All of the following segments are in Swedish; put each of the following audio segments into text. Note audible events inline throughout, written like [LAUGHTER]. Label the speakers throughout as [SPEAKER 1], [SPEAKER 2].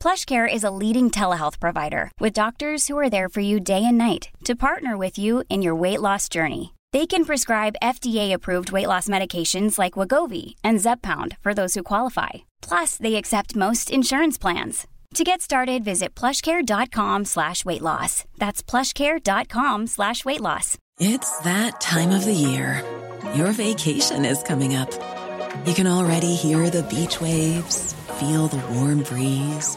[SPEAKER 1] PlushCare is a leading telehealth provider with doctors who are there for you day and night to partner with you in your weight loss journey. They can prescribe FDA-approved weight loss medications like Wagovi and Zepbound for those who qualify. Plus, they accept most insurance plans. To get started, visit plushcare.com slash weight loss. That's plushcare.com slash weight loss.
[SPEAKER 2] It's that time of the year. Your vacation is coming up. You can already hear the beach waves, feel the warm breeze,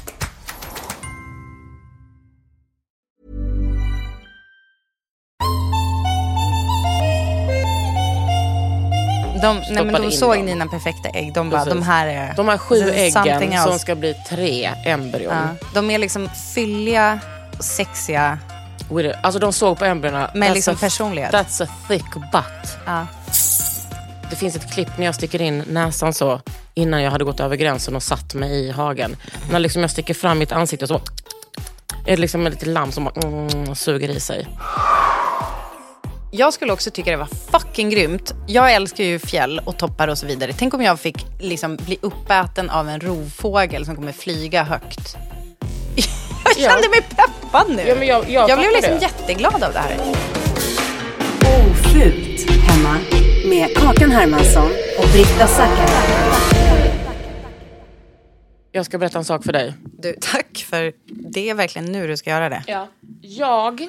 [SPEAKER 3] De, nej, men
[SPEAKER 4] Stoppade
[SPEAKER 3] de
[SPEAKER 4] in
[SPEAKER 3] såg
[SPEAKER 4] dem.
[SPEAKER 3] Nina perfekta ägg. De bara,
[SPEAKER 4] Precis.
[SPEAKER 3] de här är...
[SPEAKER 4] De här sju
[SPEAKER 3] this is something
[SPEAKER 4] äggen som
[SPEAKER 3] else.
[SPEAKER 4] ska bli tre embryon.
[SPEAKER 3] Ja. De är liksom fylliga, och sexiga.
[SPEAKER 4] With it. Alltså de såg på embryona.
[SPEAKER 3] Men liksom
[SPEAKER 4] a-
[SPEAKER 3] personlighet.
[SPEAKER 4] That's a thick butt.
[SPEAKER 3] Ja.
[SPEAKER 4] Det finns ett klipp när jag sticker in näsan så innan jag hade gått över gränsen och satt mig i hagen. När liksom jag sticker fram mitt ansikte och så är det liksom en liten lamm som bara, mm, suger i sig.
[SPEAKER 5] Jag skulle också tycka det var fucking grymt. Jag älskar ju fjäll och toppar och så vidare. Tänk om jag fick liksom bli uppäten av en rovfågel som kommer flyga högt. [LAUGHS] Jag
[SPEAKER 4] Ja.
[SPEAKER 5] kände mig peppad nu.
[SPEAKER 4] Ja, men jag- jag
[SPEAKER 5] blev
[SPEAKER 4] fattar
[SPEAKER 5] liksom
[SPEAKER 4] det.
[SPEAKER 5] jätteglad av det här.
[SPEAKER 6] Ofult hemma med Kakan Hermansson och Britta Zackari.
[SPEAKER 4] Jag ska berätta en sak för dig.
[SPEAKER 5] Du, tack för det är verkligen nu du ska göra det.
[SPEAKER 4] Ja. Jag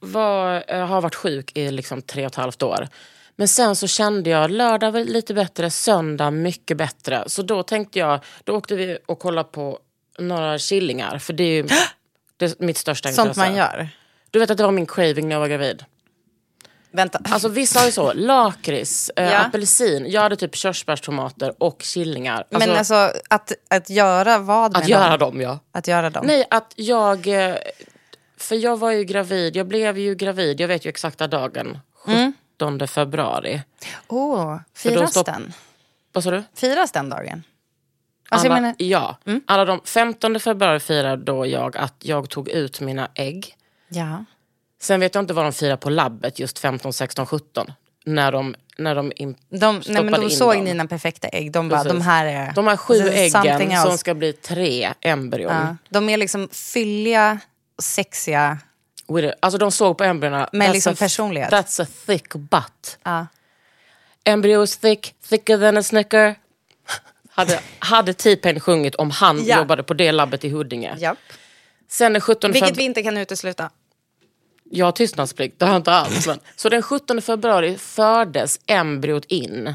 [SPEAKER 4] var, eh, har varit sjuk i liksom tre och ett halvt år. Men sen så kände jag lördag var lite bättre, söndag mycket bättre. Så då tänkte jag, då åkte vi och kollade på några killingar. För det är
[SPEAKER 5] [GASPS]
[SPEAKER 4] ju det är mitt största
[SPEAKER 5] Sånt
[SPEAKER 4] intresse.
[SPEAKER 5] man gör.
[SPEAKER 4] Du vet att det var min craving när jag var gravid.
[SPEAKER 5] Vänta.
[SPEAKER 4] Alltså vissa har ju så, lakrits, eh,
[SPEAKER 5] Ja.
[SPEAKER 4] apelsin. Jag hade typ körsbärstomater och killingar. Alltså,
[SPEAKER 5] men alltså att, att göra vad
[SPEAKER 4] att
[SPEAKER 5] med
[SPEAKER 4] göra
[SPEAKER 5] dem?
[SPEAKER 4] dem ja.
[SPEAKER 5] Att göra dem.
[SPEAKER 4] Nej, att jag... eh, För jag var ju gravid, jag blev ju gravid, jag vet ju exakta dagen.
[SPEAKER 5] Mm.
[SPEAKER 4] 17 februari.
[SPEAKER 5] Åh,
[SPEAKER 4] då
[SPEAKER 5] firas
[SPEAKER 4] stopp-
[SPEAKER 5] den?
[SPEAKER 4] Vad sa du?
[SPEAKER 5] Firas den dagen? Alltså,
[SPEAKER 4] Alla,
[SPEAKER 5] jag menar,
[SPEAKER 4] Ja. Alla de 15 februari firar då jag att jag tog ut mina ägg.
[SPEAKER 5] ja.
[SPEAKER 4] Sen vet jag inte vad de firar på labbet just 15, 16, 17. När de, när de in,
[SPEAKER 5] De, nej, men
[SPEAKER 4] stoppade
[SPEAKER 5] de
[SPEAKER 4] in
[SPEAKER 5] såg
[SPEAKER 4] dem.
[SPEAKER 5] Nina perfekta ägg. De bara,
[SPEAKER 4] Precis.
[SPEAKER 5] de här är...
[SPEAKER 4] De här sju
[SPEAKER 5] this is Alltså, something
[SPEAKER 4] äggen som
[SPEAKER 5] else.
[SPEAKER 4] ska bli tre embryon.
[SPEAKER 5] Ja. De är liksom fylliga, och sexiga.
[SPEAKER 4] With it. Alltså de såg på embryona.
[SPEAKER 5] Men
[SPEAKER 4] that's
[SPEAKER 5] liksom
[SPEAKER 4] a-
[SPEAKER 5] personlighet.
[SPEAKER 4] That's a thick butt.
[SPEAKER 5] Ja.
[SPEAKER 4] Embryo is thick, thicker than a snicker. Hade, hade T-Pain sjungit om han
[SPEAKER 5] Ja.
[SPEAKER 4] jobbade på det labbet i Huddinge. Sen den 17
[SPEAKER 5] Vilket vi
[SPEAKER 4] februari...
[SPEAKER 5] inte kan utesluta.
[SPEAKER 4] Jag har tystnadsplikt, det har jag inte alls. Men. Så den 17 februari fördes embryot in.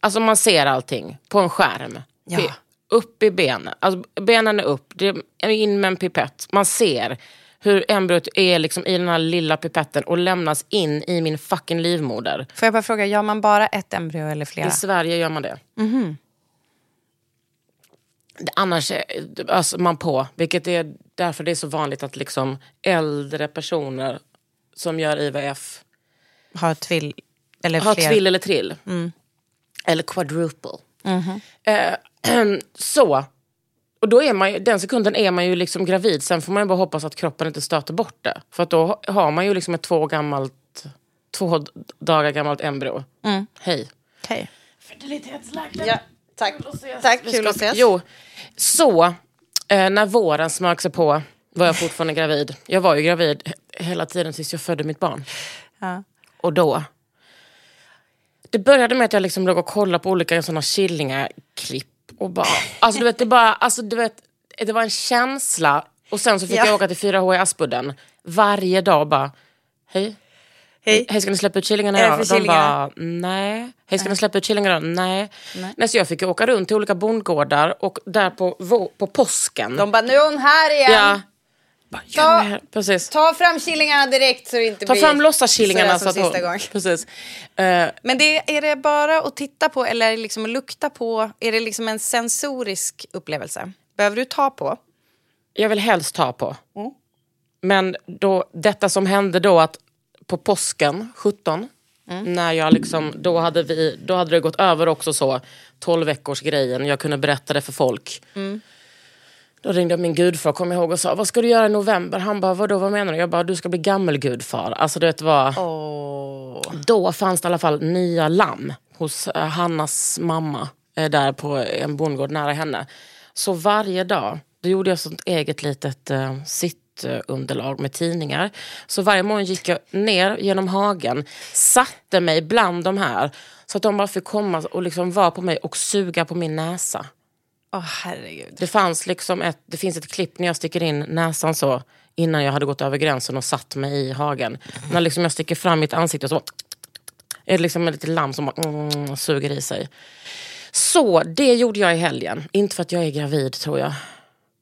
[SPEAKER 4] Alltså man ser allting på en skärm.
[SPEAKER 5] Ja.
[SPEAKER 4] Pe- Upp i benen, alltså benen är upp, det är in med en pipett. Man ser hur embryot är liksom i den här lilla pipetten och lämnas in i min fucking livmoder.
[SPEAKER 5] Får jag bara fråga, gör man bara ett embryo eller flera?
[SPEAKER 4] I Sverige gör man det. Det- Annars eh, öser man på, vilket är därför det är så vanligt att liksom äldre personer som gör IVF
[SPEAKER 5] Har tvill... Eller
[SPEAKER 4] har
[SPEAKER 5] fler. Mm.
[SPEAKER 4] tvill eller trill. Eller quadruple.
[SPEAKER 5] Mm-hmm.
[SPEAKER 4] Eh, [CLEARS THROAT] så, och då är man ju, den sekunden är man ju liksom gravid. Sen får man ju bara hoppas att kroppen inte stöter bort det. För att då har man ju liksom ett två, gammalt, två d- dagar gammalt embryo.
[SPEAKER 5] Mm.
[SPEAKER 4] Hej.
[SPEAKER 5] Okej.
[SPEAKER 4] Fertilitetsläkaren.
[SPEAKER 5] Ja, tack. Tack, kul att ses.
[SPEAKER 4] Jo, så eh, när våren smög sig på var jag fortfarande gravid. Jag var ju gravid he- hela tiden tills jag födde mitt barn.
[SPEAKER 5] Ja.
[SPEAKER 4] Och då? Det började med att jag liksom låg och kollade på olika sådana killingar-klipp. Och bara, alltså du vet, det bara, alltså du vet, det var en känsla. Och sen så fick
[SPEAKER 5] Ja.
[SPEAKER 4] jag åka till 4H i Aspudden varje dag bara, hej,
[SPEAKER 5] Hej.
[SPEAKER 4] Hej, ska ni släppa ut killingarna
[SPEAKER 5] Är det
[SPEAKER 4] idag?
[SPEAKER 5] för
[SPEAKER 4] De
[SPEAKER 5] killingarna?
[SPEAKER 4] bara, nej. Hej, ska ni släppa ut killingarna idag? Nej. nej. Så jag fick ju åka runt till olika bondgårdar och där på, vå- på påsken.
[SPEAKER 5] De bara, nu är hon här igen.
[SPEAKER 4] ja, Bara, gör det här. Precis. Ta,
[SPEAKER 5] Ta fram killingarna direkt så det inte blir
[SPEAKER 4] fram lossaskillingarna.
[SPEAKER 5] sådär som
[SPEAKER 4] hon-
[SPEAKER 5] sista gången.
[SPEAKER 4] Precis. Eh,
[SPEAKER 5] Men det, är det bara att titta på eller är det liksom att lukta på? Är det liksom en sensorisk upplevelse? Behöver du ta på?
[SPEAKER 4] jag vill helst ta på. Men då, detta som hände då att på påsken 17, när jag liksom, då, hade vi, då hade det gått över också så 12 veckors grejen. Jag kunde berätta det för folk. Då ringde min gudfar kom jag ihåg och sa, vad ska du göra i november? Han bara, vadå vad menar du? Jag bara, du ska bli gammel gudfar. Alltså du vet det var... Då fanns det i alla fall nya lamm hos eh, Hannas mamma eh, där på en bondgård nära henne. Så varje dag, då gjorde jag sånt eget litet eh, sittunderlag med tidningar. Så varje morgon gick jag ner genom hagen, satte mig bland de här så att de bara fick komma och liksom vara på mig och suga på min näsa.
[SPEAKER 5] Åh herregud.
[SPEAKER 4] Det, fanns liksom ett, det finns ett klipp när jag sticker in näsan så innan jag hade gått över gränsen och satt mig i hagen. När liksom jag sticker fram mitt ansikte och så är det liksom ett litet lamm som bara, mm, suger i sig. Så det gjorde jag i helgen. Inte för att jag är gravid tror jag.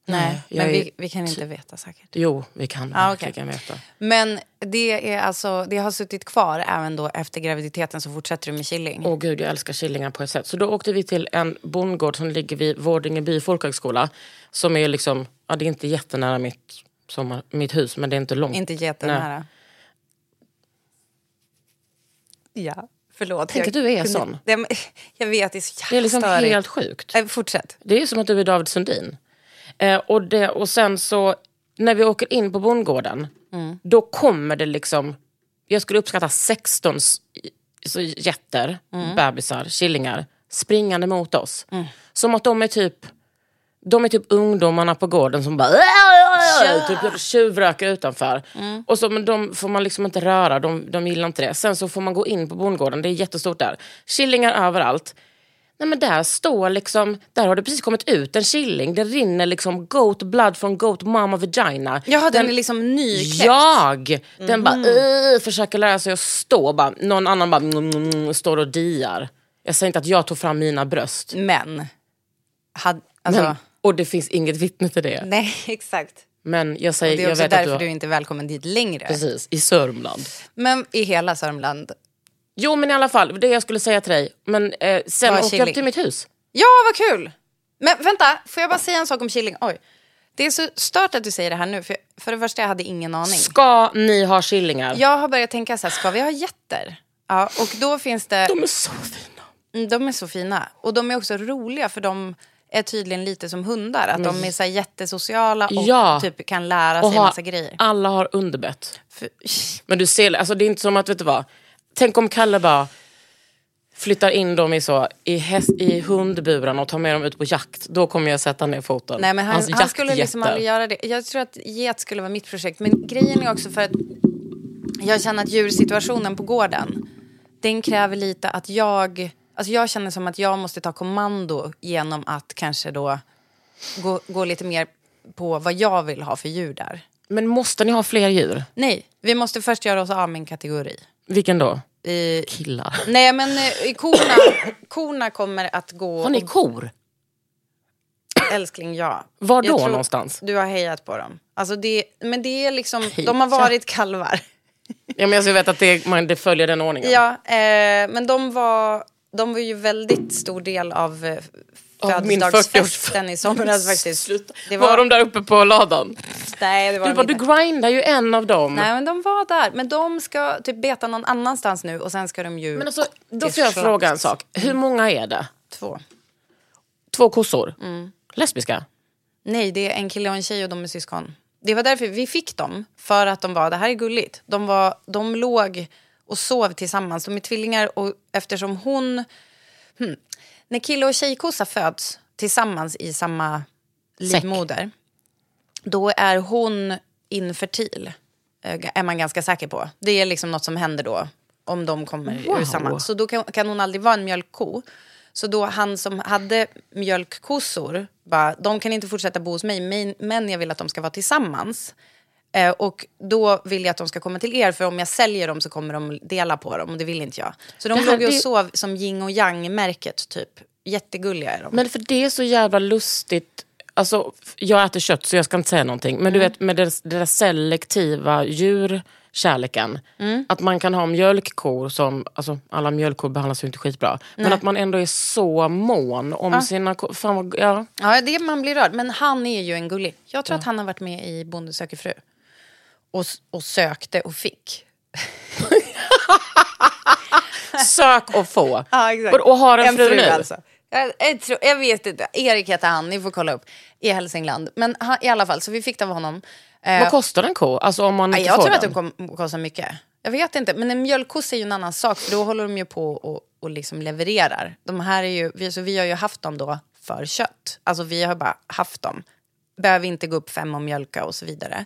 [SPEAKER 5] Nej,
[SPEAKER 4] jag
[SPEAKER 5] men
[SPEAKER 4] är-
[SPEAKER 5] vi, vi kan inte veta säkert.
[SPEAKER 4] Jo, vi kan
[SPEAKER 5] Ah, okej.
[SPEAKER 4] verkligen veta.
[SPEAKER 5] Men det, är alltså, det har suttit kvar även då efter graviditeten så fortsätter du med killing?
[SPEAKER 4] Åh gud, jag älskar killingar på ett sätt. Så då åkte vi till en bondgård som ligger vid Vårdingeby folkhögskola. Som är liksom, ja det är inte jättenära mitt, sommar, mitt hus men det är inte långt.
[SPEAKER 5] Inte jättenära? Ja, förlåt.
[SPEAKER 4] Tänk att du är sån.
[SPEAKER 5] Nej, men Jag vet, det är så jävla
[SPEAKER 4] Det är liksom
[SPEAKER 5] störigt.
[SPEAKER 4] helt sjukt.
[SPEAKER 5] Eh, Fortsätt.
[SPEAKER 4] Det är som att du är David Sundin. Eh, och, det, och sen så, när vi åker in på bondgården, då kommer det liksom, jag skulle uppskatta 16 s- så jätter, bebisar, killingar, springande mot oss. Som att de är typ, de är typ ungdomarna på gården som bara "Äh, typ tjuvröker utanför. Och så, men de får man liksom inte röra, de, de gillar inte det. Sen så får man gå in på bondgården, det är jättestort där. Killingar överallt. Nej men där står liksom, där har det precis kommit ut en killing. Det rinner liksom goat blood från goat mama vagina.
[SPEAKER 5] Jaha, den är liksom nykläckt?
[SPEAKER 4] Jag! Den bara "Ugh", försöker lära sig att stå. Bara, någon annan bara mm, mm, mm, står och diar. Jag säger inte att jag tog fram mina bröst.
[SPEAKER 5] Men, had, alltså,
[SPEAKER 4] Men, och det finns inget vittne till det.
[SPEAKER 5] nej [LAUGHS] exakt.
[SPEAKER 4] Men jag säger,
[SPEAKER 5] Det är
[SPEAKER 4] jag
[SPEAKER 5] också
[SPEAKER 4] vet att du,
[SPEAKER 5] därför
[SPEAKER 4] har-
[SPEAKER 5] du inte är välkommen dit längre.
[SPEAKER 4] Precis, i Sörmland.
[SPEAKER 5] Men i hela Sörmland.
[SPEAKER 4] Jo men i alla fall, det jag skulle säga till dig. Men eh, sen
[SPEAKER 5] Var
[SPEAKER 4] åkte jag
[SPEAKER 5] killing.
[SPEAKER 4] upp till mitt hus.
[SPEAKER 5] Ja, vad kul! Men vänta, får jag bara säga en sak om Killing? Oj. Det är så stört att du säger det här nu, för, för det första jag hade ingen aning.
[SPEAKER 4] Ska ni ha killingar?
[SPEAKER 5] Jag har börjat tänka så här, ska vi ha getter? Ja, och då finns det...
[SPEAKER 4] De är så fina.
[SPEAKER 5] Mm, De är så fina. Och de är också roliga för de är tydligen lite som hundar. Att de är så här jättesociala och
[SPEAKER 4] Ja.
[SPEAKER 5] typ kan lära sig
[SPEAKER 4] Och ha-
[SPEAKER 5] massa grejer.
[SPEAKER 4] alla har underbett.
[SPEAKER 5] För,
[SPEAKER 4] Men du ser, alltså det är inte som att, vet du vad? Tänk om Kalle bara flyttar in dem i, så, i, häst, i hundburarna och tar med dem ut på jakt. Då kommer jag sätta ner foten.
[SPEAKER 5] nej men han,
[SPEAKER 4] Hans
[SPEAKER 5] han skulle liksom
[SPEAKER 4] jaktjätte.
[SPEAKER 5] aldrig göra det. Jag tror att get skulle vara mitt projekt. Men grejen är också för att jag känner att djursituationen på gården, den kräver lite att jag... Alltså jag känner som att jag måste ta kommando genom att kanske då gå, gå lite mer på vad jag vill ha för djur där.
[SPEAKER 4] Men måste ni ha fler djur?
[SPEAKER 5] Nej, vi måste först göra oss av med en kategori.
[SPEAKER 4] Vilken då?
[SPEAKER 5] Eh,
[SPEAKER 4] Killar.
[SPEAKER 5] Nej, men eh, korna,
[SPEAKER 4] [COUGHS]
[SPEAKER 5] korna kommer att gå...
[SPEAKER 4] Har ni
[SPEAKER 5] och-
[SPEAKER 4] kor?
[SPEAKER 5] Älskling, ja.
[SPEAKER 4] Var
[SPEAKER 5] Jag
[SPEAKER 4] då
[SPEAKER 5] tror
[SPEAKER 4] någonstans?
[SPEAKER 5] Du har hejat på dem. Alltså det, men det är liksom... De har varit kalvar. [LAUGHS]
[SPEAKER 4] Ja, men alltså, jag ska veta att det, man, det följer den ordningen.
[SPEAKER 5] Ja, eh, men de var, de var ju väldigt stor del av eh,
[SPEAKER 4] Av min
[SPEAKER 5] födelsedagsfesten
[SPEAKER 4] 40-års-
[SPEAKER 5] i
[SPEAKER 4] [LAUGHS]
[SPEAKER 5] somras faktiskt.
[SPEAKER 4] Sluta.
[SPEAKER 5] Det
[SPEAKER 4] var... de där uppe på ladan?
[SPEAKER 5] Nej, det var
[SPEAKER 4] Du,
[SPEAKER 5] de
[SPEAKER 4] bara,
[SPEAKER 5] inte.
[SPEAKER 4] du grindar ju en av dem.
[SPEAKER 5] Nej, men de var där. Men de ska typ beta någon annanstans nu och sen ska de ju...
[SPEAKER 4] Men alltså, då
[SPEAKER 5] till
[SPEAKER 4] får jag
[SPEAKER 5] slott.
[SPEAKER 4] fråga en sak. Hur många är det?
[SPEAKER 5] Två.
[SPEAKER 4] Två kossor?
[SPEAKER 5] Mm.
[SPEAKER 4] Lesbiska?
[SPEAKER 5] Nej, det är en kille och en tjej och de är syskon. Det var därför vi fick dem, för att de var, det här är gulligt, de, var, de låg och sov tillsammans, de är tvillingar och eftersom hon... Hmm, när kille och tjejkossa föds tillsammans i samma livmoder, då är hon infertil, eh, är man ganska säker på. Det är liksom något som händer då, om de kommer ur samma. Så då kan, kan hon aldrig vara en mjölkko. Så då han som hade mjölkkossor, bara, de kan inte fortsätta bo hos mig, men- men jag vill att de ska vara tillsammans. Eh, och då vill jag att de ska komma till er, för om jag säljer dem så kommer de dela på dem och det vill inte jag. Så de
[SPEAKER 4] Det här-
[SPEAKER 5] låg ju och
[SPEAKER 4] det-
[SPEAKER 5] sov som yin och yang-märket typ. Jättegulliga är de.
[SPEAKER 4] Men för det är så jävla lustigt. Alltså, f- jag äter kött så jag ska inte säga någonting. Men du
[SPEAKER 5] Mm.
[SPEAKER 4] vet med det, det där selektiva djurkärleken.
[SPEAKER 5] Mm.
[SPEAKER 4] Att man kan ha mjölkkor som, alltså alla mjölkkor behandlas ju inte skitbra. Men att man ändå är så mån om
[SPEAKER 5] Ah.
[SPEAKER 4] sina kor. Fan vad, ja.
[SPEAKER 5] Ja, det, man blir rörd. Men han är ju en gullig. Jag tror att han har varit med i Bonde söker fru. Och, s- och sökte och fick.
[SPEAKER 4] Sök och få.
[SPEAKER 5] [LAUGHS] Ja, exakt.
[SPEAKER 4] Och, och har en, fru, nu.
[SPEAKER 5] alltså. Jag, jag, tror, jag vet inte. Erik heter han, ni får kolla upp. I Hälsingland. Men han, i alla fall, så vi fick det av honom. Eh,
[SPEAKER 4] Vad kostar en ko? Alltså om man
[SPEAKER 5] ja,
[SPEAKER 4] inte
[SPEAKER 5] jag
[SPEAKER 4] får
[SPEAKER 5] tror att
[SPEAKER 4] den.
[SPEAKER 5] de kommer kosta mycket. Jag vet inte. Men en mjölkkossa är ju en annan sak. För då håller de ju på och, och liksom levererar. De här är ju, vi, så vi har ju haft dem då för kött. Alltså vi har bara haft dem. Behöver inte gå upp fem och mjölka och så vidare.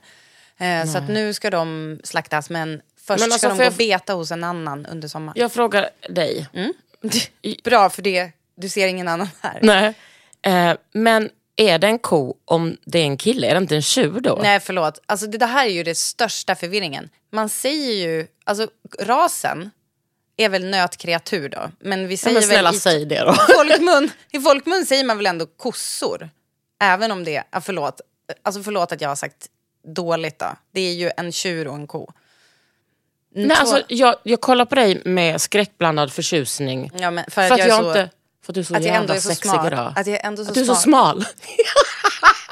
[SPEAKER 5] Eh, så att nu ska de slaktas. Men först
[SPEAKER 4] Men alltså,
[SPEAKER 5] ska de
[SPEAKER 4] får
[SPEAKER 5] gå
[SPEAKER 4] jag-
[SPEAKER 5] och beta hos en annan under sommaren.
[SPEAKER 4] Jag frågar dig.
[SPEAKER 5] Mm. [LAUGHS] Bra för det. Du ser ingen annan här.
[SPEAKER 4] Nej. Eh, men är det en ko om det är en kille? Är det inte en tjur då?
[SPEAKER 5] Nej, förlåt. Alltså, det, det här är ju den största förvirringen. Man säger ju... Alltså, rasen är väl nötkreatur då? Men vi
[SPEAKER 4] Ja,
[SPEAKER 5] säger
[SPEAKER 4] men snälla
[SPEAKER 5] väl i,
[SPEAKER 4] säg det då.
[SPEAKER 5] [LAUGHS] folkmun, i folkmun säger man väl ändå kossor? Även om det... Ja, förlåt. Alltså, förlåt att jag har sagt dåligt då. Det är ju en tjur och en ko.
[SPEAKER 4] Nej,
[SPEAKER 5] Två-
[SPEAKER 4] alltså, jag, jag kollar på dig med skräckblandad förtjusning.
[SPEAKER 5] ja, men för,
[SPEAKER 4] för,
[SPEAKER 5] att,
[SPEAKER 4] att
[SPEAKER 5] jag, är så,
[SPEAKER 4] inte... För att du är så
[SPEAKER 5] att jag
[SPEAKER 4] jävla
[SPEAKER 5] ändå är så
[SPEAKER 4] sexig
[SPEAKER 5] smal.
[SPEAKER 4] idag.
[SPEAKER 5] Att jag är ändå så
[SPEAKER 4] du är så smal. [LAUGHS]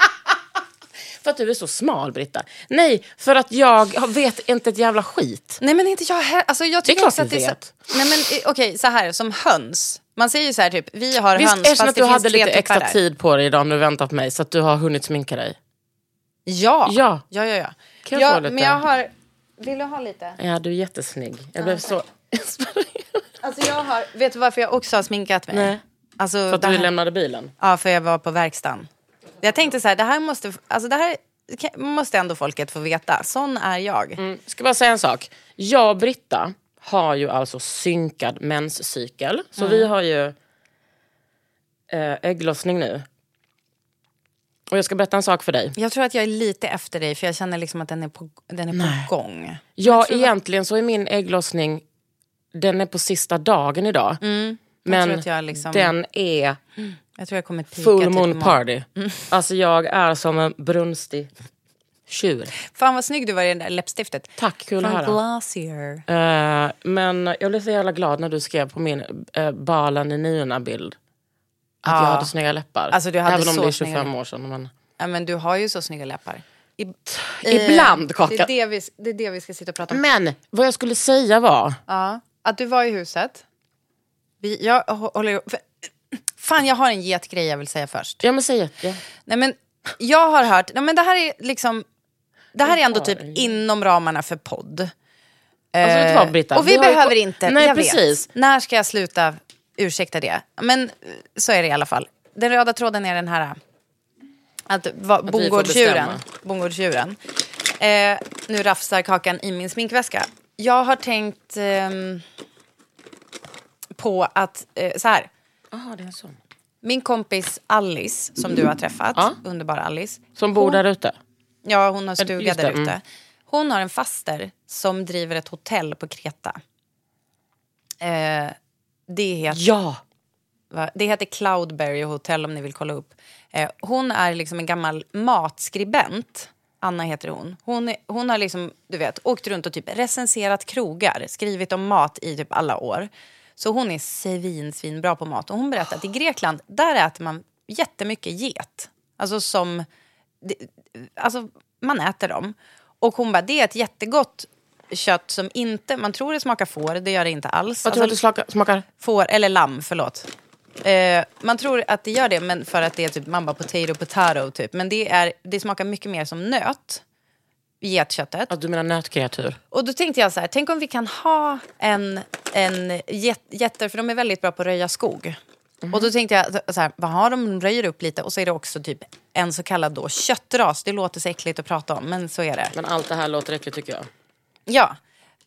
[SPEAKER 4] för att du är så smal, Britta. Nej, för att jag har- vet inte ett jävla skit.
[SPEAKER 5] Nej men inte jag heller. Alltså, jag tycker
[SPEAKER 4] klart
[SPEAKER 5] också att
[SPEAKER 4] du
[SPEAKER 5] det är så...
[SPEAKER 4] vet.
[SPEAKER 5] Nej men eh, okej, så här som höns. Man säger ju så här typ, vi har
[SPEAKER 4] Visst,
[SPEAKER 5] höns
[SPEAKER 4] erkänn
[SPEAKER 5] fast
[SPEAKER 4] att
[SPEAKER 5] det
[SPEAKER 4] du
[SPEAKER 5] finns tre
[SPEAKER 4] hade
[SPEAKER 5] typ
[SPEAKER 4] lite
[SPEAKER 5] tuppar
[SPEAKER 4] extra
[SPEAKER 5] där.
[SPEAKER 4] tid på dig idag om du väntat mig, så att du har hunnit sminka dig.
[SPEAKER 5] Ja.
[SPEAKER 4] Ja.
[SPEAKER 5] ja, ja, ja.
[SPEAKER 4] Kan jag
[SPEAKER 5] ja
[SPEAKER 4] få lite?
[SPEAKER 5] men jag har... Vill du ha lite?
[SPEAKER 4] Ja, du är jättesnygg. Jag blev [LAUGHS] så inspirerad.
[SPEAKER 5] Alltså jag har... Vet du varför jag också har sminkat mig?
[SPEAKER 4] Nej.
[SPEAKER 5] Alltså,
[SPEAKER 4] För att
[SPEAKER 5] det
[SPEAKER 4] du
[SPEAKER 5] här...
[SPEAKER 4] lämnade bilen.
[SPEAKER 5] Ja, för jag var på verkstaden. Jag tänkte så här, det här måste... Alltså det här kan- måste ändå folket få veta. Sån är jag.
[SPEAKER 4] Mm. Ska bara säga en sak. Jag och Britta har ju alltså synkad menscykel. Så vi har ju eh, ägglossning nu. Och jag ska berätta en sak för dig.
[SPEAKER 5] Jag tror att jag är lite efter dig för jag känner liksom att den är på, den är på gång.
[SPEAKER 4] Ja, egentligen så är min ägglossning, den är på sista dagen idag.
[SPEAKER 5] Jag
[SPEAKER 4] Men
[SPEAKER 5] tror att jag, liksom,
[SPEAKER 4] den är
[SPEAKER 5] jag tror jag kommer pika
[SPEAKER 4] full
[SPEAKER 5] typ
[SPEAKER 4] moon
[SPEAKER 5] imorgon.
[SPEAKER 4] party. Alltså jag är som en brunstig tjur.
[SPEAKER 5] Fan vad snygg du var i det där läppstiftet.
[SPEAKER 4] Tack, kul att
[SPEAKER 5] Från
[SPEAKER 4] höra.
[SPEAKER 5] Glossier.
[SPEAKER 4] Eh, men jag blev så jävla glad när du skrev på min eh, balen i niorna bild. Att jag hade snygga läppar.
[SPEAKER 5] Alltså, du hade
[SPEAKER 4] Även om
[SPEAKER 5] så
[SPEAKER 4] det är
[SPEAKER 5] snygga
[SPEAKER 4] 25 år sedan. Men...
[SPEAKER 5] Ja, men du har ju så snygga läppar. I,
[SPEAKER 4] [LAUGHS] Ibland, Kakan.
[SPEAKER 5] Eh, Det är det, vi, det är det vi ska sitta och prata om.
[SPEAKER 4] men vad jag skulle säga var...
[SPEAKER 5] Ja, att du var i huset. Vi, jag hå- håller ju- för- Fan, jag har en getgrej jag vill säga först.
[SPEAKER 4] Ja men säg ja. Alltså,
[SPEAKER 5] Nej, men jag har hört... Nej, men det här är liksom... Det här är ändå
[SPEAKER 4] har
[SPEAKER 5] typ
[SPEAKER 4] en get.
[SPEAKER 5] inom ramarna för podd.
[SPEAKER 4] Alltså, vet du vad, Britta?
[SPEAKER 5] Eh, Och vi,
[SPEAKER 4] Vi har ju
[SPEAKER 5] behöver
[SPEAKER 4] po-
[SPEAKER 5] inte,
[SPEAKER 4] Nej,
[SPEAKER 5] jag
[SPEAKER 4] precis.
[SPEAKER 5] vet. När ska jag sluta ursäkta det? Men eh, så är det i alla fall. Den röda tråden är den här eh, att, va,
[SPEAKER 4] får
[SPEAKER 5] bondgårdsdjuren.
[SPEAKER 4] bestämma.
[SPEAKER 5] bondgårdsdjuren. Eh, nu rafsar Kakan i min sminkväska. Jag har tänkt ehm, på att, eh, så här. Ah,
[SPEAKER 4] Jaha, det är en sån.
[SPEAKER 5] Min kompis Alice, som du har träffat,
[SPEAKER 4] Ja.
[SPEAKER 5] underbara Alice.
[SPEAKER 4] Som bor där ute.
[SPEAKER 5] Ja, hon har stuga
[SPEAKER 4] just det,
[SPEAKER 5] där ute.
[SPEAKER 4] mm.
[SPEAKER 5] Hon har en faster som driver ett hotell på Kreta. Eh, det, heter,
[SPEAKER 4] Ja!
[SPEAKER 5] va? det heter Cloudberry Hotel om ni vill kolla upp. Eh, hon är liksom en gammal matskribent. Anna heter hon. Hon, är, hon har liksom, du vet, åkt runt och typ recenserat krogar, skrivit om mat i typ alla år. Så hon är svin, svin bra på mat. Och hon berättade att i Grekland, där äter man jättemycket get. Alltså som alltså, man äter dem. Och hon bara, det är ett jättegott kött som inte, man tror det smakar får, det gör det inte alls.
[SPEAKER 4] Vad tror du att det
[SPEAKER 5] Alltså,
[SPEAKER 4] smaka- smakar?
[SPEAKER 5] får, eller lamm, förlåt. Eh, man tror att det gör det, men för att det är typ man bara potato potato typ. Men det, är, det smakar mycket mer som nöt, getköttet.
[SPEAKER 4] Att Alltså, du menar nötkreatur?
[SPEAKER 5] Och då tänkte jag så här, tänk om vi kan ha en, en get, getter, för de är väldigt bra på att röja skog. Och då tänkte jag, så här, vad har de, de röjer upp lite och så är det också typ en så kallad då köttras. Det låter så äckligt att prata om, men så är det.
[SPEAKER 4] Men allt det här låter äckligt tycker jag.
[SPEAKER 5] Ja,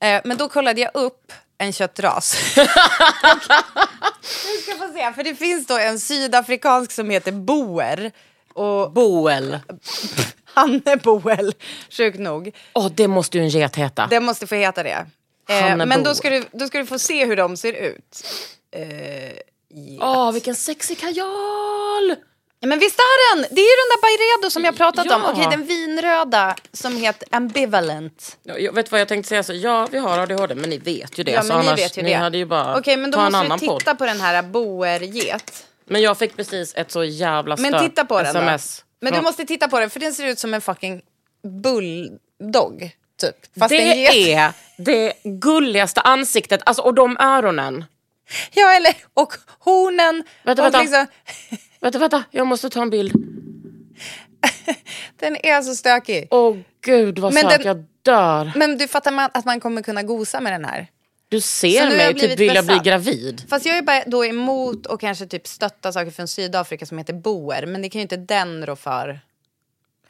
[SPEAKER 5] eh, men då kollade jag upp en köttras. [LAUGHS] Nu ska få se, för det finns då en sydafrikansk som heter boer. Och
[SPEAKER 4] Boel.
[SPEAKER 5] han är boel, sjukt nog.
[SPEAKER 4] Åh, det måste ju en get heta.
[SPEAKER 5] Det måste få heta det. Eh,
[SPEAKER 4] Hanna
[SPEAKER 5] men
[SPEAKER 4] Boer.
[SPEAKER 5] då ska, du, då ska du få se hur de ser ut.
[SPEAKER 4] Åh, vilken sexig kajal!
[SPEAKER 5] Men visst är den! Det är den där Byredo som jag pratat om.
[SPEAKER 4] Ja.
[SPEAKER 5] Okej, den vinröda som heter Ambivalent.
[SPEAKER 4] Ja, Jag vet vad jag tänkte säga? Så, ja, vi har ADHD, men ni vet ju det.
[SPEAKER 5] Ja,
[SPEAKER 4] så
[SPEAKER 5] men ni
[SPEAKER 4] annars,
[SPEAKER 5] vet ju
[SPEAKER 4] ni
[SPEAKER 5] det.
[SPEAKER 4] hade ju bara
[SPEAKER 5] Okej, men då
[SPEAKER 4] ta en
[SPEAKER 5] måste
[SPEAKER 4] annan
[SPEAKER 5] vi titta
[SPEAKER 4] titta.
[SPEAKER 5] på den här boerget.
[SPEAKER 4] Men jag fick precis ett så jävla stört
[SPEAKER 5] Men titta på den
[SPEAKER 4] sms.
[SPEAKER 5] då. Men du
[SPEAKER 4] från-
[SPEAKER 5] måste titta på den, för den ser ut som en fucking bulldog. Typ. Fast den get.
[SPEAKER 4] det är det gulligaste ansiktet, alltså, och de öronen.
[SPEAKER 5] [LAUGHS] Ja, eller, och hornen.
[SPEAKER 4] Vänta,
[SPEAKER 5] och
[SPEAKER 4] vänta.
[SPEAKER 5] liksom-
[SPEAKER 4] Vänta, vänta, jag måste ta en bild.
[SPEAKER 5] den är så stökig.
[SPEAKER 4] Åh gud vad
[SPEAKER 5] Men
[SPEAKER 4] söt,
[SPEAKER 5] den-
[SPEAKER 4] jag dör.
[SPEAKER 5] Men du fattar man, att man kommer kunna gosa med den här?
[SPEAKER 4] Du
[SPEAKER 5] Så
[SPEAKER 4] ser
[SPEAKER 5] nu har jag
[SPEAKER 4] mig, typ
[SPEAKER 5] blivit
[SPEAKER 4] vill jag bli
[SPEAKER 5] besatt.
[SPEAKER 4] gravid.
[SPEAKER 5] Fast jag är bara då emot och kanske typ stötta saker från Sydafrika som heter boer. Men det kan ju inte den rå för.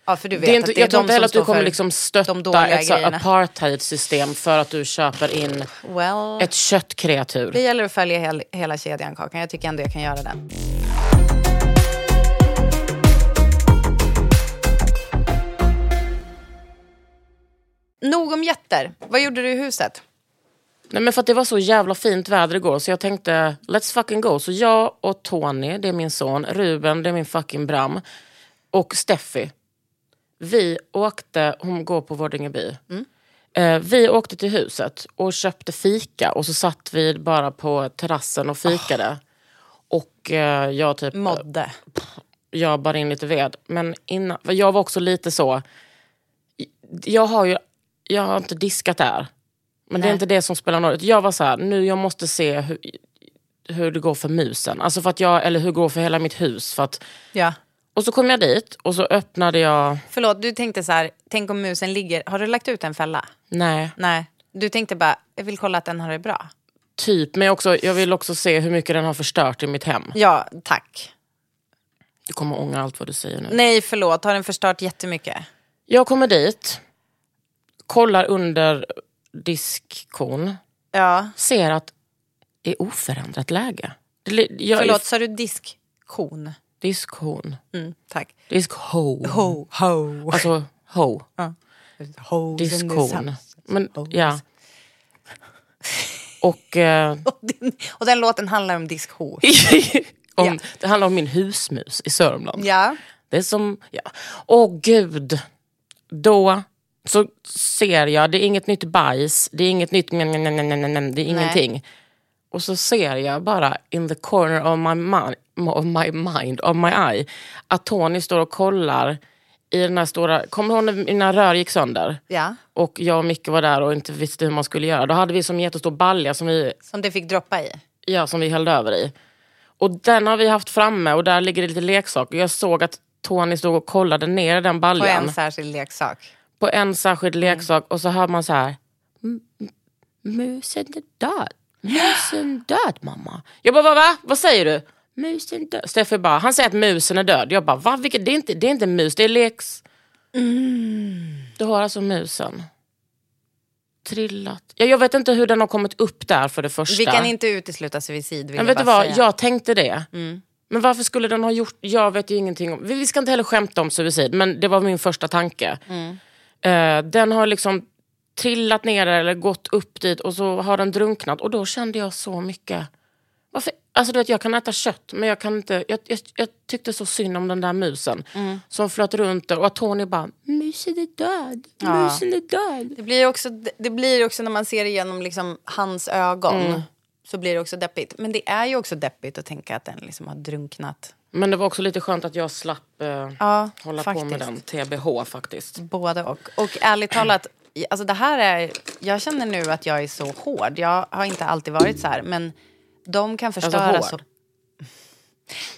[SPEAKER 5] Ja, för du vet
[SPEAKER 4] Det är
[SPEAKER 5] att
[SPEAKER 4] inte,
[SPEAKER 5] det är
[SPEAKER 4] jag tror inte
[SPEAKER 5] de som
[SPEAKER 4] heller att
[SPEAKER 5] står
[SPEAKER 4] du kommer
[SPEAKER 5] för
[SPEAKER 4] liksom
[SPEAKER 5] de
[SPEAKER 4] stötta
[SPEAKER 5] dåliga
[SPEAKER 4] ett så här
[SPEAKER 5] grejerna.
[SPEAKER 4] apartheidsystem för att du köper in
[SPEAKER 5] Well,
[SPEAKER 4] ett köttkreatur.
[SPEAKER 5] det gäller att följa hel, hela kedjan Kakan. Jag tycker ändå jag kan göra den. Nog om jätter. Vad gjorde du i huset?
[SPEAKER 4] Nej, men för att det var så jävla fint väder igår så jag tänkte let's fucking go. Så jag och Tony, det är min son, Ruben, det är min fucking Bram och Steffi. Vi åkte, hon går på Vårdingeby. Eh, vi åkte till huset och köpte fika och så satt vi bara på terrassen och fikade. Och eh, jag typ
[SPEAKER 5] Modde.
[SPEAKER 4] jag bar in lite ved. Men innan, för jag var också lite så... Jag har ju jag har inte diskat där. Men det är inte det som spelar någon roll. Jag var så här, nu jag måste se hur, hur det går för musen. Alltså för att jag, eller hur det går för hela mitt hus. För att,
[SPEAKER 5] Ja.
[SPEAKER 4] och så kom jag dit och så öppnade jag...
[SPEAKER 5] Förlåt, du tänkte så här, tänk om musen ligger... Har du lagt ut en fälla?
[SPEAKER 4] Nej,
[SPEAKER 5] Nej. Du tänkte bara, jag vill kolla att den har det bra.
[SPEAKER 4] typ. Men jag, också, jag vill också se hur mycket den har förstört i mitt hem.
[SPEAKER 5] Ja, tack.
[SPEAKER 4] Du kommer ångra allt vad du säger nu.
[SPEAKER 5] Nej, förlåt. Har den förstört jättemycket?
[SPEAKER 4] Jag kommer dit, kollar under diskkorn.
[SPEAKER 5] Ja.
[SPEAKER 4] ser att det är oförändrat läge. Det li- Jag
[SPEAKER 5] Förlåt,
[SPEAKER 4] Är
[SPEAKER 5] sa du diskkon?
[SPEAKER 4] diskhon.
[SPEAKER 5] Mm, tack.
[SPEAKER 4] Diskho.
[SPEAKER 5] Ho, ho.
[SPEAKER 4] Alltså ho.
[SPEAKER 5] ho
[SPEAKER 4] Diskhon. Men, ja. Och, eh,
[SPEAKER 5] [LAUGHS] Och, din, och den låten handlar om diskho.
[SPEAKER 4] om,
[SPEAKER 5] Ja.
[SPEAKER 4] det handlar om min husmus i Sörmland.
[SPEAKER 5] Ja.
[SPEAKER 4] Det är som, ja. Åh gud. Då så ser jag, det är inget nytt bajs, det är inget nytt, nej, nej, nej, nej, nej, nej, det är ingenting. Och så ser jag bara in the corner of my, mi- of my mind, of my eye, att Tony står och kollar i den här stora, kommer hon när mina rör gick sönder?
[SPEAKER 5] ja.
[SPEAKER 4] Och jag och Micke var där och inte visste hur man skulle göra. Då hade vi som jättestor balja som vi
[SPEAKER 5] Som det fick droppa i.
[SPEAKER 4] ja, som vi hällde över i. Och den har vi haft framme och där ligger det lite leksaker. Jag såg att Tony stod och kollade ner i den
[SPEAKER 5] På
[SPEAKER 4] baljan.
[SPEAKER 5] en Mm. särskild leksak.
[SPEAKER 4] På en särskild leksak och så hör man så här. "M- m- Musen är död.
[SPEAKER 5] [GASPS]
[SPEAKER 4] Musen är död mamma. Jag bara, va, va? Vad säger du? Musen är död. Steffi bara, han säger att musen är död. Jag bara, va? Vilket? Det, är inte, det är inte mus, det är leks...
[SPEAKER 5] Mm.
[SPEAKER 4] Du har alltså musen. Trillat. Ja, jag vet inte hur den har kommit upp där för det första.
[SPEAKER 5] Vi kan inte utesluta suicid. Vill
[SPEAKER 4] Men
[SPEAKER 5] jag
[SPEAKER 4] vet du
[SPEAKER 5] bara
[SPEAKER 4] vad,
[SPEAKER 5] säga. Mm.
[SPEAKER 4] jag tänkte det. Men varför skulle den ha gjort, jag vet ju ingenting om, vi vi ska inte heller skämta om suicid, men det var min första tanke.
[SPEAKER 5] Mm.
[SPEAKER 4] Eh, den har liksom trillat ner där eller gått upp dit och så har den drunknat och då kände jag så mycket, varför? Alltså du vet, jag kan äta kött men jag kan inte, jag, jag, jag tyckte så synd om den där musen
[SPEAKER 5] Mm.
[SPEAKER 4] som flöt runt där och att Tony bara, musen är död, musen är död.
[SPEAKER 5] Det blir, också, det blir också när man ser igenom liksom hans ögon.
[SPEAKER 4] Mm.
[SPEAKER 5] Så blir det också deppigt. Men det är ju också deppigt att tänka att den liksom har drunknat.
[SPEAKER 4] Men det var också lite skönt att jag slapp eh,
[SPEAKER 5] Ja,
[SPEAKER 4] hålla på med den,
[SPEAKER 5] faktiskt.
[SPEAKER 4] TBH faktiskt.
[SPEAKER 5] Både och. Och ärligt talat, i- alltså det här är, jag känner nu att jag är så hård. Jag har inte alltid varit så här, men de kan förstöra
[SPEAKER 4] hård?
[SPEAKER 5] så...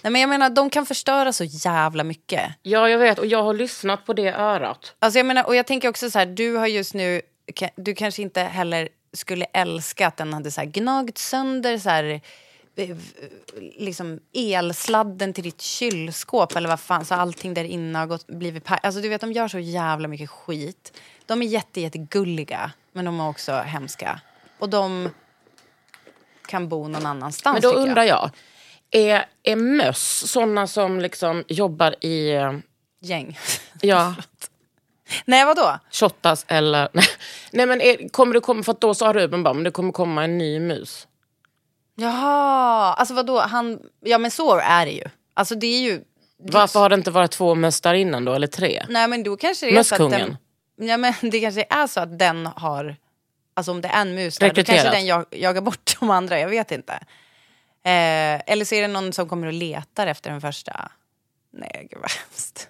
[SPEAKER 5] Nej, men jag menar, de kan förstöra så jävla mycket.
[SPEAKER 4] Ja, jag vet. Och jag har lyssnat på det örat.
[SPEAKER 5] Alltså jag menar, och jag tänker också så här, du har just nu, ka- du kanske inte heller skulle älska att den hade så här gnagt sönder så här, eh, liksom elsladden till ditt kylskåp eller vad fan, så allting där inne har gått, blivit paj. Alltså du vet, de gör så jävla mycket skit. De är jätte, jättegulliga, men de är också hemska. Och de kan bo någon annanstans
[SPEAKER 4] Men då
[SPEAKER 5] tycker jag.
[SPEAKER 4] undrar jag, är, är möss sådana som liksom jobbar i eh,
[SPEAKER 5] Gäng. [LAUGHS]
[SPEAKER 4] ja,
[SPEAKER 5] Nej, vadå?
[SPEAKER 4] Shottaz eller... [LAUGHS] Nej, men är, kommer det komma... För att då sa Ruben bara, men det kommer komma en ny mus.
[SPEAKER 5] Jaha, alltså vadå? Han, ja men så är det ju. Alltså det är ju
[SPEAKER 4] Varför har det inte varit två mästarinnan då, eller tre?
[SPEAKER 5] Nej men då kanske det är så att den,
[SPEAKER 4] Mösskungen.
[SPEAKER 5] ja, men [LAUGHS] det kanske är så att den har, alltså om det är en mus där, då kanske
[SPEAKER 4] Rekryterat.
[SPEAKER 5] den jag, jagar bort de andra, jag vet inte. Eh, eller så är det någon som kommer och letar efter den första. Nej gud vad hemskt.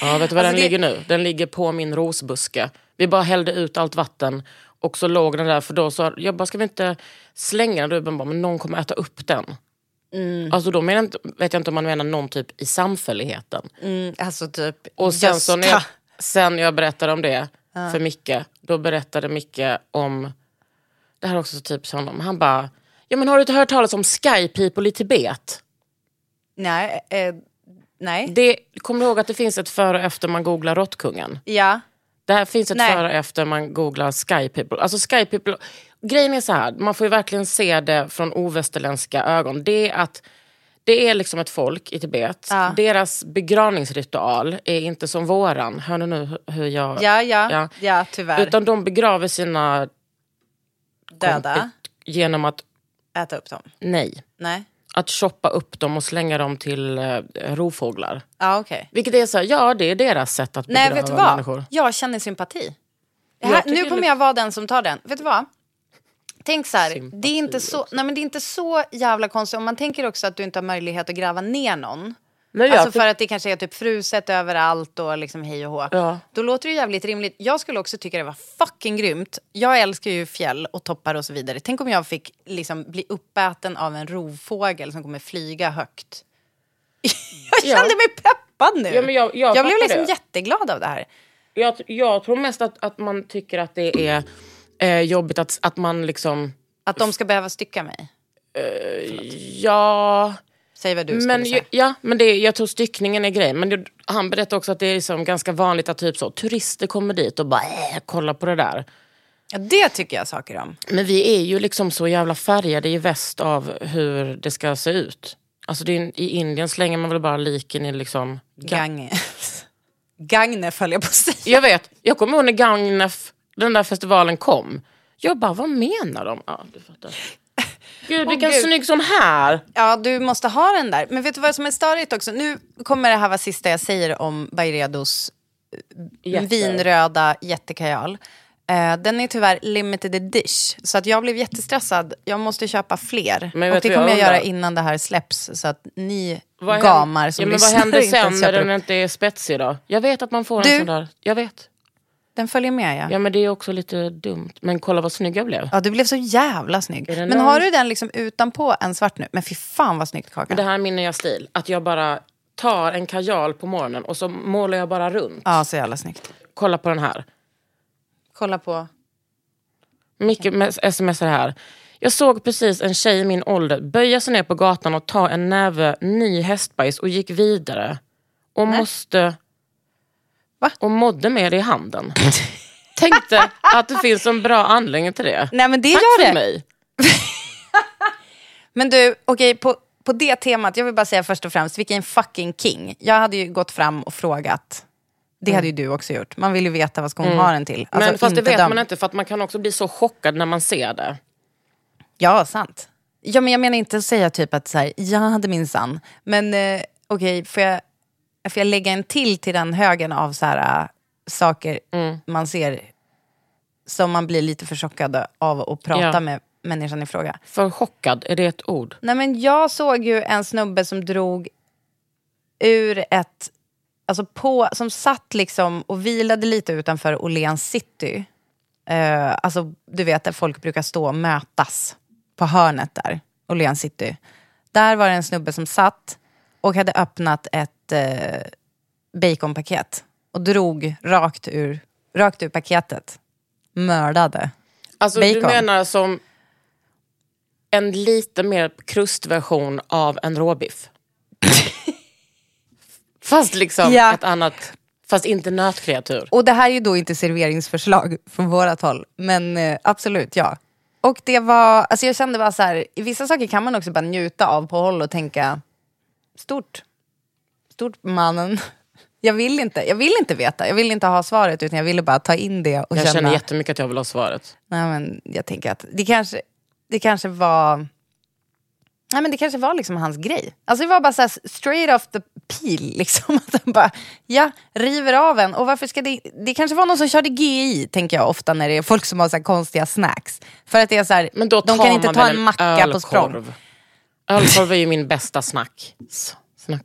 [SPEAKER 4] Ja, vet du var
[SPEAKER 5] Alltså
[SPEAKER 4] den
[SPEAKER 5] det-
[SPEAKER 4] ligger nu? Den ligger på min rosbuske. Vi bara hällde ut allt vatten och så låg den där för då sa jag bara, ska vi inte slänga den? Ruben bara, men någon kommer äta upp den.
[SPEAKER 5] Mm.
[SPEAKER 4] Alltså då menar jag inte, vet jag inte om man menar någon typ i samfälligheten.
[SPEAKER 5] Mm, alltså typ
[SPEAKER 4] Och sen så när jag,
[SPEAKER 5] Gösta.
[SPEAKER 4] sen jag berättade om det för Micke, då berättade Micke om, det här är också så typiskt honom, han bara, ja men har du inte hört talas om sky people i Tibet?
[SPEAKER 5] Nej, eh, nej.
[SPEAKER 4] Det, kom du ihåg att det finns ett före och efter man googlar råttkungen?
[SPEAKER 5] Ja.
[SPEAKER 4] Det här finns ett
[SPEAKER 5] Nej.
[SPEAKER 4] före och efter man googlar Sky People. Alltså Sky People. Grejen är så här, man får ju verkligen se det från ovästerländska ögon. Det är att det är liksom ett folk i Tibet. Deras begravningsritual är inte som våran. Hör ni nu hu- hur jag...
[SPEAKER 5] Ja, ja, ja, tyvärr.
[SPEAKER 4] Utan de begraver sina
[SPEAKER 5] Döda,
[SPEAKER 4] genom att,
[SPEAKER 5] äta upp dem.
[SPEAKER 4] nej,
[SPEAKER 5] Nej.
[SPEAKER 4] att choppa upp dem och slänga dem till eh, rovfåglar.
[SPEAKER 5] Ja, okej.
[SPEAKER 4] Vilket är så här, ja det är deras sätt att begrava
[SPEAKER 5] Nej, vet du vad?
[SPEAKER 4] människor.
[SPEAKER 5] Jag känner sympati.
[SPEAKER 4] Jag
[SPEAKER 5] Här,
[SPEAKER 4] tycker
[SPEAKER 5] nu
[SPEAKER 4] det-
[SPEAKER 5] kommer jag vara den som tar den. Vet du vad? Tänk så här,
[SPEAKER 4] Sympati
[SPEAKER 5] det är, inte så, nej men det är inte så jävla konstigt. Om man tänker också att du inte har möjlighet att gräva ner någon.
[SPEAKER 4] Men jag
[SPEAKER 5] alltså
[SPEAKER 4] tyck-
[SPEAKER 5] för att det kanske är typ fruset överallt och liksom hej och hå.
[SPEAKER 4] Ja.
[SPEAKER 5] Då låter det ju jävligt rimligt. Jag skulle också tycka det var fucking grymt. Jag älskar ju fjäll och toppar och så vidare. Tänk om jag fick liksom bli uppäten av en rovfågel som kommer flyga högt. [LAUGHS] jag
[SPEAKER 4] Ja.
[SPEAKER 5] kände mig peppad nu.
[SPEAKER 4] Ja, men jag- jag
[SPEAKER 5] blev
[SPEAKER 4] fattar
[SPEAKER 5] liksom
[SPEAKER 4] det.
[SPEAKER 5] jätteglad av det här.
[SPEAKER 4] Jag, jag tror mest att, att man tycker att det är eh, jobbigt att, att man liksom...
[SPEAKER 5] Att de ska behöva stycka mig.
[SPEAKER 4] Ja,
[SPEAKER 5] Säg vad du
[SPEAKER 4] men,
[SPEAKER 5] skulle
[SPEAKER 4] ju,
[SPEAKER 5] säga.
[SPEAKER 4] ja, men det, är- jag tror styckningen är grejen. Men det, han berättade också att det är liksom ganska vanligt att typ så, turister kommer dit och bara äh, kolla på det där.
[SPEAKER 5] Ja, det tycker jag saker om.
[SPEAKER 4] Men vi är ju liksom så jävla färgade i väst av hur det ska se ut. Alltså det är, ju- I Indien slänger man väl bara liken i liksom...
[SPEAKER 5] Gagne. [LAUGHS] Gagne föll jag på [LAUGHS] att säga.
[SPEAKER 4] Jag vet, jag kommer ihåg när Gagnef, den där festivalen kom. Jag bara, vad menar de? Ja, du fattar. Gud, vilken
[SPEAKER 5] gud.
[SPEAKER 4] snygg sån här!
[SPEAKER 5] Ja, du måste ha den där. Men vet du vad som är störigt också? Nu kommer det här vara sista jag säger om Bairedos
[SPEAKER 4] Jätte.
[SPEAKER 5] vinröda jättekajal. Eh, den är tyvärr limited edition, så att jag blev jättestressad. Jag måste köpa fler.
[SPEAKER 4] Men
[SPEAKER 5] och
[SPEAKER 4] vet
[SPEAKER 5] det
[SPEAKER 4] du,
[SPEAKER 5] kommer jag,
[SPEAKER 4] jag
[SPEAKER 5] göra
[SPEAKER 4] undrar-
[SPEAKER 5] innan det här släpps, så att ni
[SPEAKER 4] Vad hän-
[SPEAKER 5] gamar som
[SPEAKER 4] ja, men Vad
[SPEAKER 5] lyssnar
[SPEAKER 4] händer
[SPEAKER 5] inte
[SPEAKER 4] sen
[SPEAKER 5] ens
[SPEAKER 4] när
[SPEAKER 5] köper
[SPEAKER 4] den
[SPEAKER 5] den,
[SPEAKER 4] inte är spetsig då? Jag vet att man får
[SPEAKER 5] Du-
[SPEAKER 4] en sån där. Jag vet.
[SPEAKER 5] den följer med, ja.
[SPEAKER 4] Ja men det är också lite dumt. Men kolla vad snygg jag blev.
[SPEAKER 5] Ja, du blev så jävla snygg.
[SPEAKER 4] Är det
[SPEAKER 5] Men
[SPEAKER 4] någon-
[SPEAKER 5] har du den liksom utanpå en svart nu? Men fy fan vad snyggt Kakan.
[SPEAKER 4] Det här är min nya stil. Att jag bara tar en kajal på morgonen och så målar jag bara runt.
[SPEAKER 5] Ja, så jävla snyggt.
[SPEAKER 4] Kolla på den här.
[SPEAKER 5] Kolla på...
[SPEAKER 4] Micke mes- smsar här. Jag såg precis en tjej i min ålder böja sig ner på gatan och ta en näve ny hästbajs och gick vidare. Och måste...
[SPEAKER 5] Va?
[SPEAKER 4] Och mådde med det
[SPEAKER 5] [LAUGHS]
[SPEAKER 4] i handen. Tänkte att det finns en bra anledning till det.
[SPEAKER 5] Nej men det
[SPEAKER 4] Tack
[SPEAKER 5] gör
[SPEAKER 4] för
[SPEAKER 5] det.
[SPEAKER 4] mig.
[SPEAKER 5] Men du, okej på, på det temat, jag vill bara säga först och främst, vilken fucking king. Jag hade ju gått fram och frågat. Det hade ju du också gjort. Man vill ju veta vad ska hon ha den till. Alltså,
[SPEAKER 4] Mm. Men fast det
[SPEAKER 5] inte
[SPEAKER 4] vet
[SPEAKER 5] döm.
[SPEAKER 4] man inte för att man kan också bli så chockad när man ser det.
[SPEAKER 5] Ja, sant. Ja, men jag menar inte att säga typ att så här, jag hade min sann. Men eh, okej, får, jag, får jag lägga en till till den högen av så här, eh, saker
[SPEAKER 4] Mm.
[SPEAKER 5] man ser som man blir lite för chockad av att prata
[SPEAKER 4] Ja.
[SPEAKER 5] med människan i fråga.
[SPEAKER 4] För chockad, är det ett ord?
[SPEAKER 5] Nej, men jag såg ju en snubbe som drog ur ett... Alltså på, som satt liksom och vilade lite utanför Åhléns city. Eh, alltså, du vet, där folk brukar stå och mötas på hörnet där, Åhléns city. Där var det en snubbe som satt och hade öppnat ett eh, baconpaket och drog rakt ur, rakt ur paketet. Mördade.
[SPEAKER 4] Alltså du
[SPEAKER 5] Bacon.
[SPEAKER 4] menar som en lite mer krustversion av
[SPEAKER 5] [LAUGHS]
[SPEAKER 4] en råbiff? fast liksom
[SPEAKER 5] Ja.
[SPEAKER 4] ett annat, fast inte nötkreatur.
[SPEAKER 5] Och det här är ju då inte serveringsförslag från vårat håll, men eh, absolut ja. Och det var, alltså jag kände bara så här, i vissa saker kan man också bara njuta av på håll och tänka, stort, stort mannen. [LAUGHS] Jag vill inte, jag vill inte veta, jag vill inte ha svaret utan jag ville bara ta in det och
[SPEAKER 4] Jag
[SPEAKER 5] känna,
[SPEAKER 4] känner jättemycket att jag vill ha svaret.
[SPEAKER 5] nej men jag tänker att det kanske, det kanske var, Nej, men det kanske var liksom hans grej. Alltså det var bara så här straight off the peel. [LAUGHS] Liksom. Att han bara, ja, river av en. Och varför ska det... Det kanske var någon som körde GI, tänker jag ofta när det är folk som har så här konstiga snacks. För att det är så här,
[SPEAKER 4] Men då
[SPEAKER 5] de
[SPEAKER 4] tar
[SPEAKER 5] kan inte
[SPEAKER 4] man
[SPEAKER 5] ta
[SPEAKER 4] väl
[SPEAKER 5] en macka på språng.
[SPEAKER 4] ölkorv. Ölkorv är ju min
[SPEAKER 5] [LAUGHS]
[SPEAKER 4] bästa snack. S- snack.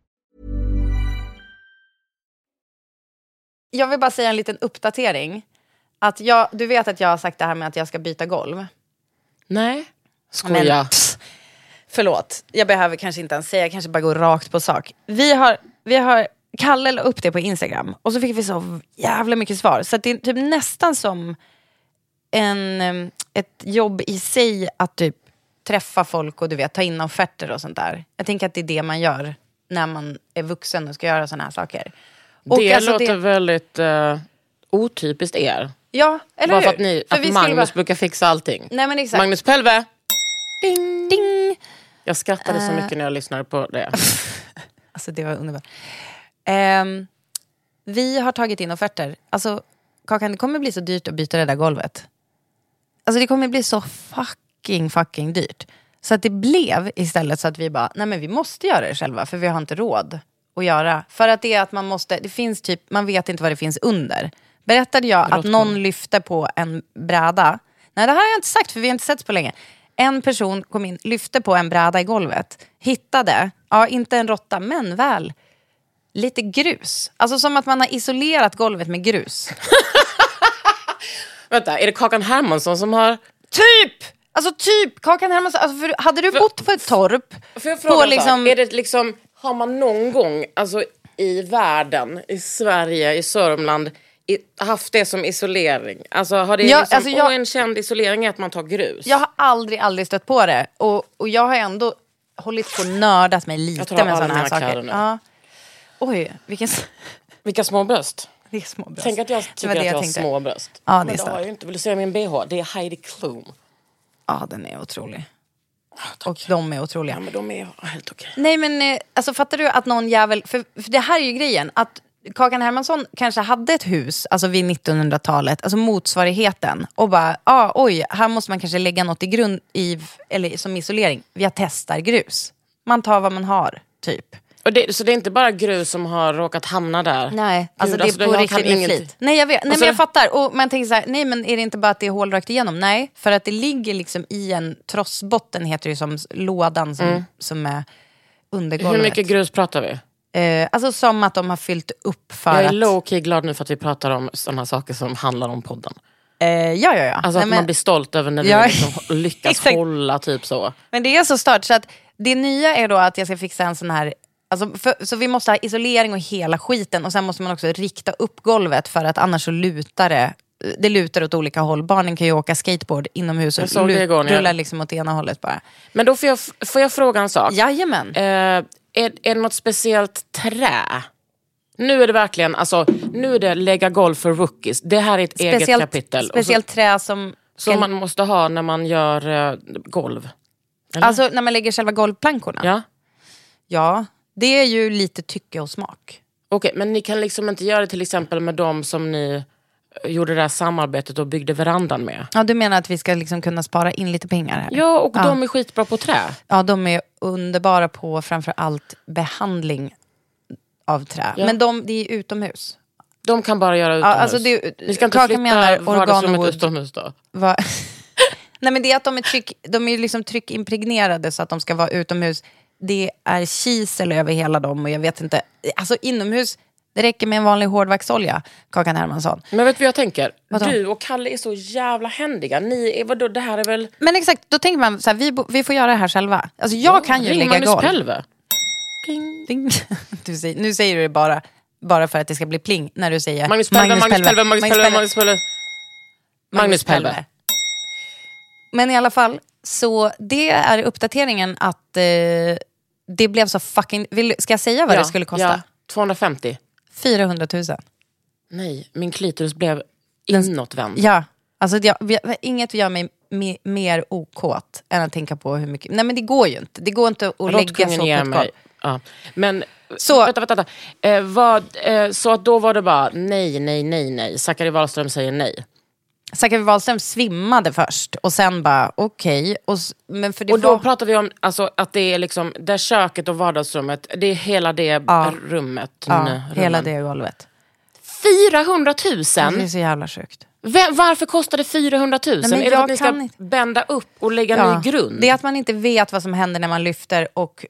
[SPEAKER 5] Jag vill bara säga en liten uppdatering. Att jag, du vet att jag har sagt det här med att jag ska byta golv.
[SPEAKER 4] Nej,
[SPEAKER 5] Men-
[SPEAKER 4] skoja.
[SPEAKER 5] Förlåt, jag behöver kanske inte ens säga, jag kanske bara går rakt på sak. Vi har, vi har Kalle la upp det på Instagram och så fick vi så jävla mycket svar. Så att det är typ nästan som en, em, ett jobb i sig att typ träffa folk och du vet, ta in offerter och sånt där. Jag tänker att det är det man gör när man är vuxen och ska göra såna här saker. Och
[SPEAKER 4] det
[SPEAKER 5] alltså
[SPEAKER 4] låter väldigt eh, otypiskt er.
[SPEAKER 5] Ja, eller
[SPEAKER 4] bara
[SPEAKER 5] hur?
[SPEAKER 4] för att, ni,
[SPEAKER 5] För vi
[SPEAKER 4] att
[SPEAKER 5] skulle
[SPEAKER 4] Magnus
[SPEAKER 5] bara-
[SPEAKER 4] brukar fixa allting.
[SPEAKER 5] Nej men exakt.
[SPEAKER 4] Magnus Pelve!
[SPEAKER 5] Ding, ding.
[SPEAKER 4] Jag skrattade
[SPEAKER 5] Eh.
[SPEAKER 4] så mycket när jag lyssnade på det.
[SPEAKER 5] Alltså det var underbart. Ehm, vi har tagit in offerter. Alltså Kakan, det kommer bli så dyrt att byta det där golvet. Alltså det kommer bli så fucking, fucking dyrt. Så att det blev istället så att vi bara, nej men vi måste göra det själva för vi har inte råd att göra. För att det är att man måste, det finns typ, man vet inte vad det finns under. Berättade jag att någon lyfte på en bräda. Nej det här har jag inte sagt för vi har inte sett på länge. En person kom in, lyfte på en bräda i golvet, hittade, ja inte en råtta men väl lite grus. Alltså som att man har isolerat golvet med grus.
[SPEAKER 4] Vänta, är det Kakan Hermansson som har...
[SPEAKER 5] Typ! Alltså typ, Kakan Hermansson. Alltså, för, hade du bott på ett torp,
[SPEAKER 4] Får jag fråga
[SPEAKER 5] på
[SPEAKER 4] en sak? är
[SPEAKER 5] liksom,
[SPEAKER 4] det liksom, har man någon gång alltså, i världen, i Sverige, i Sörmland i, haft det som isolering? Alltså har det
[SPEAKER 5] Ja,
[SPEAKER 4] liksom,
[SPEAKER 5] alltså, jag-
[SPEAKER 4] "Åh, en känd isolering är att man tar grus?
[SPEAKER 5] jag har aldrig, aldrig stött på det. Och, och jag har ändå hållit på och nördat mig
[SPEAKER 4] Jag
[SPEAKER 5] lite
[SPEAKER 4] tar av
[SPEAKER 5] med
[SPEAKER 4] alla
[SPEAKER 5] sådana här
[SPEAKER 4] mina
[SPEAKER 5] saker.
[SPEAKER 4] kläder nu.
[SPEAKER 5] Ja. Oj, vilken... s- [LAUGHS]
[SPEAKER 4] Vilka små bröst.
[SPEAKER 5] Det är små bröst.
[SPEAKER 4] Tänk att jag
[SPEAKER 5] Det var
[SPEAKER 4] tycker
[SPEAKER 5] det
[SPEAKER 4] att jag, har
[SPEAKER 5] tänkte.
[SPEAKER 4] små bröst.
[SPEAKER 5] Ja, det är
[SPEAKER 4] Men det har
[SPEAKER 5] stört.
[SPEAKER 4] jag ju inte. Vill du se min bh? Det är Heidi Klum.
[SPEAKER 5] Ja, den är otrolig. Och de är otroliga.
[SPEAKER 4] Ja, men de är helt okej.
[SPEAKER 5] Nej men eh, alltså fattar du att någon jävel, för, för det här är ju grejen, att Kakan Hermansson kanske hade ett hus alltså vid 1900-talet, alltså motsvarigheten, och bara, ah, oj, här måste man kanske lägga något i grund, i, eller som isolering, jag testar grus. Man tar vad man har, typ.
[SPEAKER 4] Och det, så det är inte bara grus som har råkat hamna där?
[SPEAKER 5] Nej, alltså
[SPEAKER 4] Gud,
[SPEAKER 5] det är på
[SPEAKER 4] jag kan
[SPEAKER 5] riktigt med
[SPEAKER 4] inget-
[SPEAKER 5] flit. Nej, jag vet. Nej,
[SPEAKER 4] Alltså-
[SPEAKER 5] men jag fattar. Och man tänker så här, nej men är det inte bara att det är hål rakt igenom? Nej, för att det ligger liksom i en trossbotten, heter det ju, som s- lådan som, som är under golvet.
[SPEAKER 4] Mm. Hur mycket grus pratar vi?
[SPEAKER 5] Eh, alltså som att de har fyllt upp för
[SPEAKER 4] Jag är
[SPEAKER 5] att...
[SPEAKER 4] low key glad nu för att vi pratar om sådana saker som handlar om podden.
[SPEAKER 5] Eh, ja, ja, ja.
[SPEAKER 4] Alltså
[SPEAKER 5] Nej,
[SPEAKER 4] att
[SPEAKER 5] men,
[SPEAKER 4] man blir stolt över när vi
[SPEAKER 5] Ja. [LAUGHS]
[SPEAKER 4] liksom lyckas
[SPEAKER 5] Exakt.
[SPEAKER 4] hålla typ så.
[SPEAKER 5] men det är så stört. Så att det nya är då att jag ska fixa en sån här... Alltså för, så vi måste ha isolering och hela skiten och sen måste man också rikta upp golvet för att annars så lutar det. Det lutar åt olika håll. Barnen kan ju åka skateboard inomhus och
[SPEAKER 4] Jag såg det
[SPEAKER 5] lut-
[SPEAKER 4] igår när jag-
[SPEAKER 5] rullar liksom åt ena hållet bara.
[SPEAKER 4] Men då får jag, får jag fråga en sak.
[SPEAKER 5] Jajamän.
[SPEAKER 4] Eh, är, är det något speciellt trä? Nu är det verkligen, alltså, nu är det lägga golf för rookies. Det här är ett eget
[SPEAKER 5] Speciellt,
[SPEAKER 4] kapitel. Och så-
[SPEAKER 5] speciellt trä som...
[SPEAKER 4] Som man måste ha när man gör eh, golv. Eller?
[SPEAKER 5] Alltså när man lägger själva golvplankorna.
[SPEAKER 4] Ja.
[SPEAKER 5] Ja, det är ju lite tycke och smak.
[SPEAKER 4] Okej, men ni kan liksom inte göra det till exempel med dem som ni eh, gjorde det här samarbetet och byggde verandan med?
[SPEAKER 5] Ja, du menar att vi ska liksom kunna spara in lite pengar här?
[SPEAKER 4] Ja, och de är skitbra på trä.
[SPEAKER 5] Ja, de är underbara på framför allt behandling av trä.
[SPEAKER 4] Ja.
[SPEAKER 5] Men de, det är utomhus.
[SPEAKER 4] De kan bara göra utomhus.
[SPEAKER 5] alltså det-
[SPEAKER 4] ni ska inte
[SPEAKER 5] Kakan
[SPEAKER 4] flytta
[SPEAKER 5] menar
[SPEAKER 4] vardagsrummet
[SPEAKER 5] organowood.
[SPEAKER 4] utomhus då?
[SPEAKER 5] Va? [LAUGHS] Nej men det är att de är, tryck, de är liksom tryckimpregnerade så att de ska vara utomhus. Det är kisel över hela dem och jag vet inte. Alltså inomhus, det räcker med en vanlig hårdvaxolja, Kakan Hermansson.
[SPEAKER 4] Men vet du vad jag tänker?
[SPEAKER 5] Vadå?
[SPEAKER 4] Du och Kalle är så jävla händiga. Ni är, vadå, det här är väl...
[SPEAKER 5] Men exakt, då tänker man så här, vi, bo- vi får göra det här själva. Alltså jag kan ju
[SPEAKER 4] Ring
[SPEAKER 5] lägga
[SPEAKER 4] Magnus
[SPEAKER 5] golv.
[SPEAKER 4] Pelve.
[SPEAKER 5] Ding. [LAUGHS] Du säger, nu säger du det bara, bara för att det ska bli pling när du säger
[SPEAKER 4] Magnus Pelve, Magnus Pelve, Magnus Pelve, Magnus Pelve. Magnus
[SPEAKER 5] Magnus
[SPEAKER 4] Pelve.
[SPEAKER 5] Pelve. Men i alla fall, så det är uppdateringen att eh, det blev så fucking... Vill, ska jag säga vad
[SPEAKER 4] Ja,
[SPEAKER 5] det skulle kosta?
[SPEAKER 4] ja. 250.
[SPEAKER 5] 400 000.
[SPEAKER 4] Nej, min klitoris blev inåtvänd.
[SPEAKER 5] Ja, alltså det, jag, vi- inget gör mig me, mer okåt än att tänka på hur mycket... Nej men det går ju inte. Det går inte att lägga
[SPEAKER 4] Råttkungen
[SPEAKER 5] så på
[SPEAKER 4] ger
[SPEAKER 5] ett golv.
[SPEAKER 4] mig. Ja. Men,
[SPEAKER 5] Så-
[SPEAKER 4] vänta, vänta. vänta. Eh, vad, eh, så att då var det bara nej, nej, nej, nej. Zachary Wahlström säger nej.
[SPEAKER 5] Zachary Wahlström svimmade först och sen bara okej. Och s- men för det
[SPEAKER 4] Och då
[SPEAKER 5] var-
[SPEAKER 4] pratar vi om alltså, att det är liksom, där köket och vardagsrummet, det är hela det eh, rummet.
[SPEAKER 5] ja,
[SPEAKER 4] nej,
[SPEAKER 5] hela
[SPEAKER 4] rummen.
[SPEAKER 5] det golvet.
[SPEAKER 4] 400 000?
[SPEAKER 5] Det är så jävla sjukt.
[SPEAKER 4] Vem, varför kostar det 400 000?
[SPEAKER 5] Nej, men
[SPEAKER 4] är det för
[SPEAKER 5] jag
[SPEAKER 4] att ni ska
[SPEAKER 5] kan inte.
[SPEAKER 4] bända upp och lägga ny grund?
[SPEAKER 5] Det är att man inte vet vad som händer när man lyfter och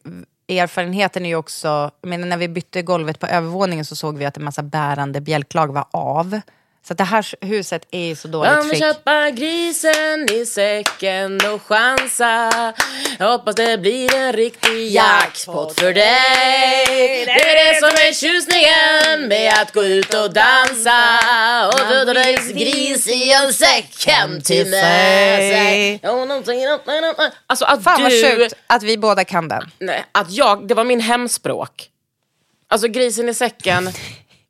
[SPEAKER 5] erfarenheten är ju också, jag menar, när vi bytte golvet på övervåningen så såg vi att en massa bärande bjälklag var av. Så att det här huset är i så dåligt
[SPEAKER 4] Om vi
[SPEAKER 5] skick.
[SPEAKER 4] köpa grisen i säcken och chansa Hoppas det blir en riktig jackpot för dig Det är det som är tjusningen med att gå ut och dansa Och du drar en gris i en säck hem till mig Alltså att
[SPEAKER 5] Fan vad
[SPEAKER 4] du,
[SPEAKER 5] sjukt att vi båda kan den.
[SPEAKER 4] nej, att jag, det var min hemspråk Alltså grisen i säcken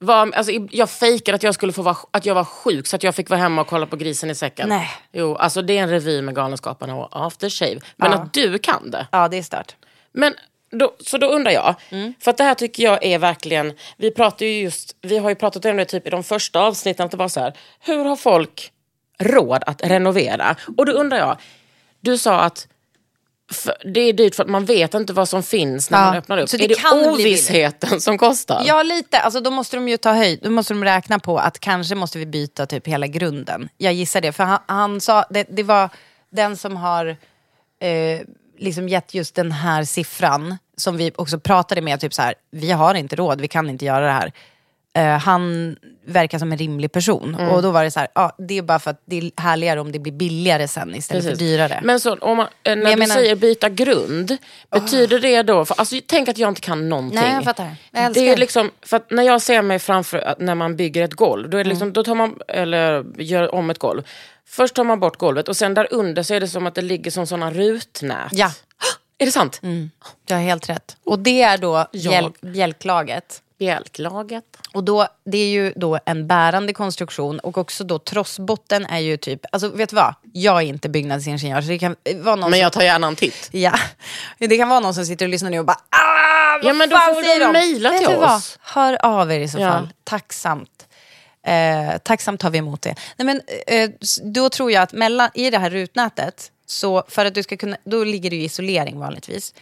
[SPEAKER 4] var, alltså, jag fejkade att jag, skulle få vara, att jag var sjuk så att jag fick vara hemma och kolla på grisen i säcken.
[SPEAKER 5] Nej.
[SPEAKER 4] Jo, alltså det är en revy med Galenskaparna och After Shave. Men att du kan det.
[SPEAKER 5] Ja, det är stört.
[SPEAKER 4] Men, då, så då undrar jag,
[SPEAKER 5] Mm.
[SPEAKER 4] för att det här tycker jag är verkligen, vi pratar ju just, vi har ju pratat om det typ i de första avsnitten, att det var så här, hur har folk råd att renovera? Och då undrar jag, du sa att för, det är dyrt för att man vet inte vad som finns när
[SPEAKER 5] Ja,
[SPEAKER 4] man öppnar upp.
[SPEAKER 5] så det
[SPEAKER 4] är det
[SPEAKER 5] kan bli billigt.
[SPEAKER 4] ovissheten som kostar?
[SPEAKER 5] Ja, lite. Alltså, då måste de ju ta höjd. Då måste de räkna på att kanske måste vi byta typ hela grunden. Jag gissar det. För han, han sa, det, det var den som har eh, liksom gett just den här siffran, som vi också pratade med, typ så här, vi har inte råd, vi kan inte göra det här. Eh, han verkar som en rimlig person. Och då var det så här, ja, det är bara för att det är härligare om det blir billigare sen istället
[SPEAKER 4] Precis.
[SPEAKER 5] för dyrare.
[SPEAKER 4] Men så, om man, eh, när
[SPEAKER 5] jag
[SPEAKER 4] du
[SPEAKER 5] menar- Ah.
[SPEAKER 4] säger byta grund, betyder det då... För, alltså, tänk att jag inte kan någonting.
[SPEAKER 5] Nej, jag fattar. Jag älskar
[SPEAKER 4] det är
[SPEAKER 5] det.
[SPEAKER 4] liksom, för att när jag ser mig framför att när man bygger ett golv,
[SPEAKER 5] Mm.
[SPEAKER 4] då, är det liksom, då tar man, eller gör om ett golv. Först tar man bort golvet och sen där under så är det som att det ligger som sådana rutnät.
[SPEAKER 5] Ja.
[SPEAKER 4] [GASPS]
[SPEAKER 5] Mm.
[SPEAKER 4] Är det sant?
[SPEAKER 5] Du har helt rätt. Och det är då bjäl- bjälklaget.
[SPEAKER 4] Bjälklaget.
[SPEAKER 5] Och då, det är ju då en bärande konstruktion och också då trossbotten är ju typ, alltså vet du vad? Jag är inte byggnadsingenjör så det kan eh, vara någon
[SPEAKER 4] Men
[SPEAKER 5] som,
[SPEAKER 4] jag tar gärna en titt.
[SPEAKER 5] ja, [LAUGHS] det kan vara någon som sitter och lyssnar nu och bara ah, vad
[SPEAKER 4] Ja, men då
[SPEAKER 5] fan
[SPEAKER 4] får
[SPEAKER 5] säger
[SPEAKER 4] de
[SPEAKER 5] de
[SPEAKER 4] mejla
[SPEAKER 5] Vet
[SPEAKER 4] till
[SPEAKER 5] du vad?
[SPEAKER 4] oss.
[SPEAKER 5] Hör av er i så
[SPEAKER 4] Ja.
[SPEAKER 5] fall, tacksamt. Eh, tacksamt tar vi emot det. Nej, men, eh, s- då tror jag att mellan, i det här rutnätet, så för att du ska kunna, då ligger det ju isolering vanligtvis.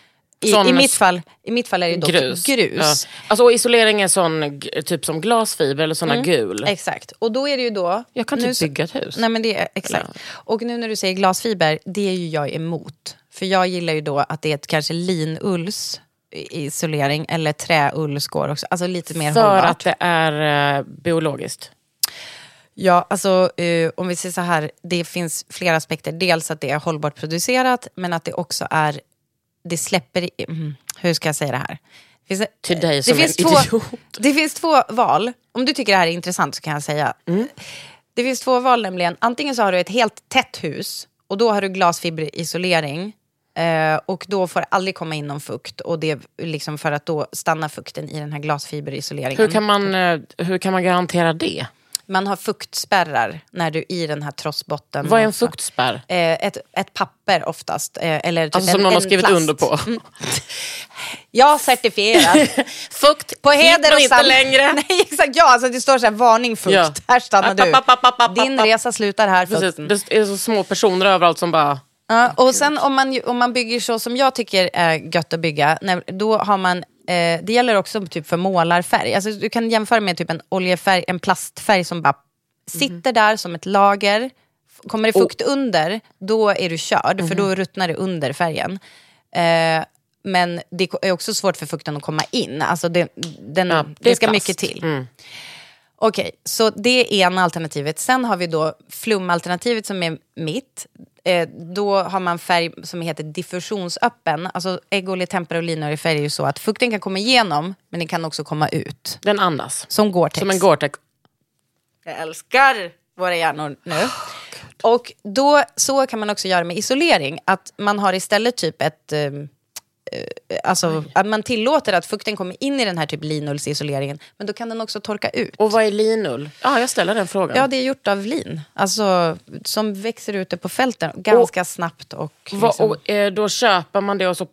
[SPEAKER 5] I,
[SPEAKER 4] Sån
[SPEAKER 5] i,
[SPEAKER 4] med
[SPEAKER 5] mitt
[SPEAKER 4] s-
[SPEAKER 5] fall, I mitt fall är det dock grus.
[SPEAKER 4] Ja. Alltså, och isolering är sån, g- typ som glasfiber eller såna gul.
[SPEAKER 5] Exakt. Och då är det ju då...
[SPEAKER 4] Jag kan
[SPEAKER 5] Mm. nu
[SPEAKER 4] typ
[SPEAKER 5] så-
[SPEAKER 4] bygga ett hus.
[SPEAKER 5] Nej men det är exakt. Och nu när du säger glasfiber, det är ju jag emot. För jag gillar ju då att det är ett kanske linulls i- isolering eller träullsgård också. Alltså lite mer
[SPEAKER 4] För
[SPEAKER 5] hållbart.
[SPEAKER 4] att det är eh, biologiskt.
[SPEAKER 5] Ja, alltså eh, om vi säger så här, det finns flera aspekter. Dels att det är hållbart producerat, men att det också är, det släpper, i- mm, hur ska jag säga det här? Det Finns,
[SPEAKER 4] Till dig
[SPEAKER 5] det
[SPEAKER 4] som
[SPEAKER 5] finns
[SPEAKER 4] en
[SPEAKER 5] två,
[SPEAKER 4] idiot.
[SPEAKER 5] Det finns två val, om du tycker det här är intressant så kan jag säga.
[SPEAKER 4] Mm.
[SPEAKER 5] Det finns två val nämligen, antingen så har du ett helt tätt hus och då har du glasfiberisolering. eh, Eh, och då får det aldrig komma in någon fukt, och det är liksom för att då stannar fukten i den här glasfiberisoleringen.
[SPEAKER 4] Hur kan, man, eh, hur kan man garantera det?
[SPEAKER 5] Man har fuktspärrar när du i den här trossbotten.
[SPEAKER 4] Vad är en fuktspärr?
[SPEAKER 5] Mm. Eh, ett, ett papper oftast. Eh, eller typ
[SPEAKER 4] Alltså
[SPEAKER 5] en,
[SPEAKER 4] som någon har
[SPEAKER 5] en
[SPEAKER 4] skrivit
[SPEAKER 5] plast.
[SPEAKER 4] under på.
[SPEAKER 5] Mm. Jag
[SPEAKER 4] [LAUGHS]
[SPEAKER 5] certifierar.
[SPEAKER 4] fukt
[SPEAKER 5] på heder och
[SPEAKER 4] inte
[SPEAKER 5] sam- [LAUGHS]
[SPEAKER 4] längre.
[SPEAKER 5] Nej exakt, ja alltså det står så här varning fukt,
[SPEAKER 4] Ja.
[SPEAKER 5] här stannar du.
[SPEAKER 4] App, app, app, app, app,
[SPEAKER 5] Din
[SPEAKER 4] app.
[SPEAKER 5] resa slutar här
[SPEAKER 4] Precis.
[SPEAKER 5] fukten.
[SPEAKER 4] Det är så små personer överallt som bara...
[SPEAKER 5] Ja, och sen om man, ju- om man bygger så som jag tycker är gött att bygga, när, då har man, eh, det gäller också typ för målarfärg. Alltså, du kan jämföra med typ en oljefärg, en plastfärg som bara
[SPEAKER 4] Mhm.
[SPEAKER 5] sitter där som ett lager. F- Kommer det fukt under, då är du körd, för
[SPEAKER 4] Mhm.
[SPEAKER 5] då ruttnar det under färgen. Eh, men det ko- är också svårt för fukten att komma in. Alltså det, den, det,
[SPEAKER 4] det är
[SPEAKER 5] ska
[SPEAKER 4] plast.
[SPEAKER 5] mycket till. Okej, så det är ena alternativet. Sen har vi då flumalternativet som är mitt. Eh, då har man färg som heter diffusionsöppen. Alltså äggolja, tempera och linolja är ju så att fukten kan komma igenom, men den kan också komma ut.
[SPEAKER 4] Den andas.
[SPEAKER 5] Som Gore-Tex.
[SPEAKER 4] Som en Gore-Tex.
[SPEAKER 5] Jag älskar våra hjärnor nu. [GASPS] och då, så kan man också göra med isolering. Att man har istället typ ett... Eh, eh, alltså, att man tillåter att fukten kommer in i den här typ linoljsisoleringen, men då kan den också torka ut.
[SPEAKER 4] Och vad är linull? Ja, jag ställer den frågan.
[SPEAKER 5] Ja, det är gjort av lin. Alltså, som växer ute på fälten ganska snabbt. Och,
[SPEAKER 4] Vad-
[SPEAKER 5] liksom,
[SPEAKER 4] och, eh, då köper man det och så...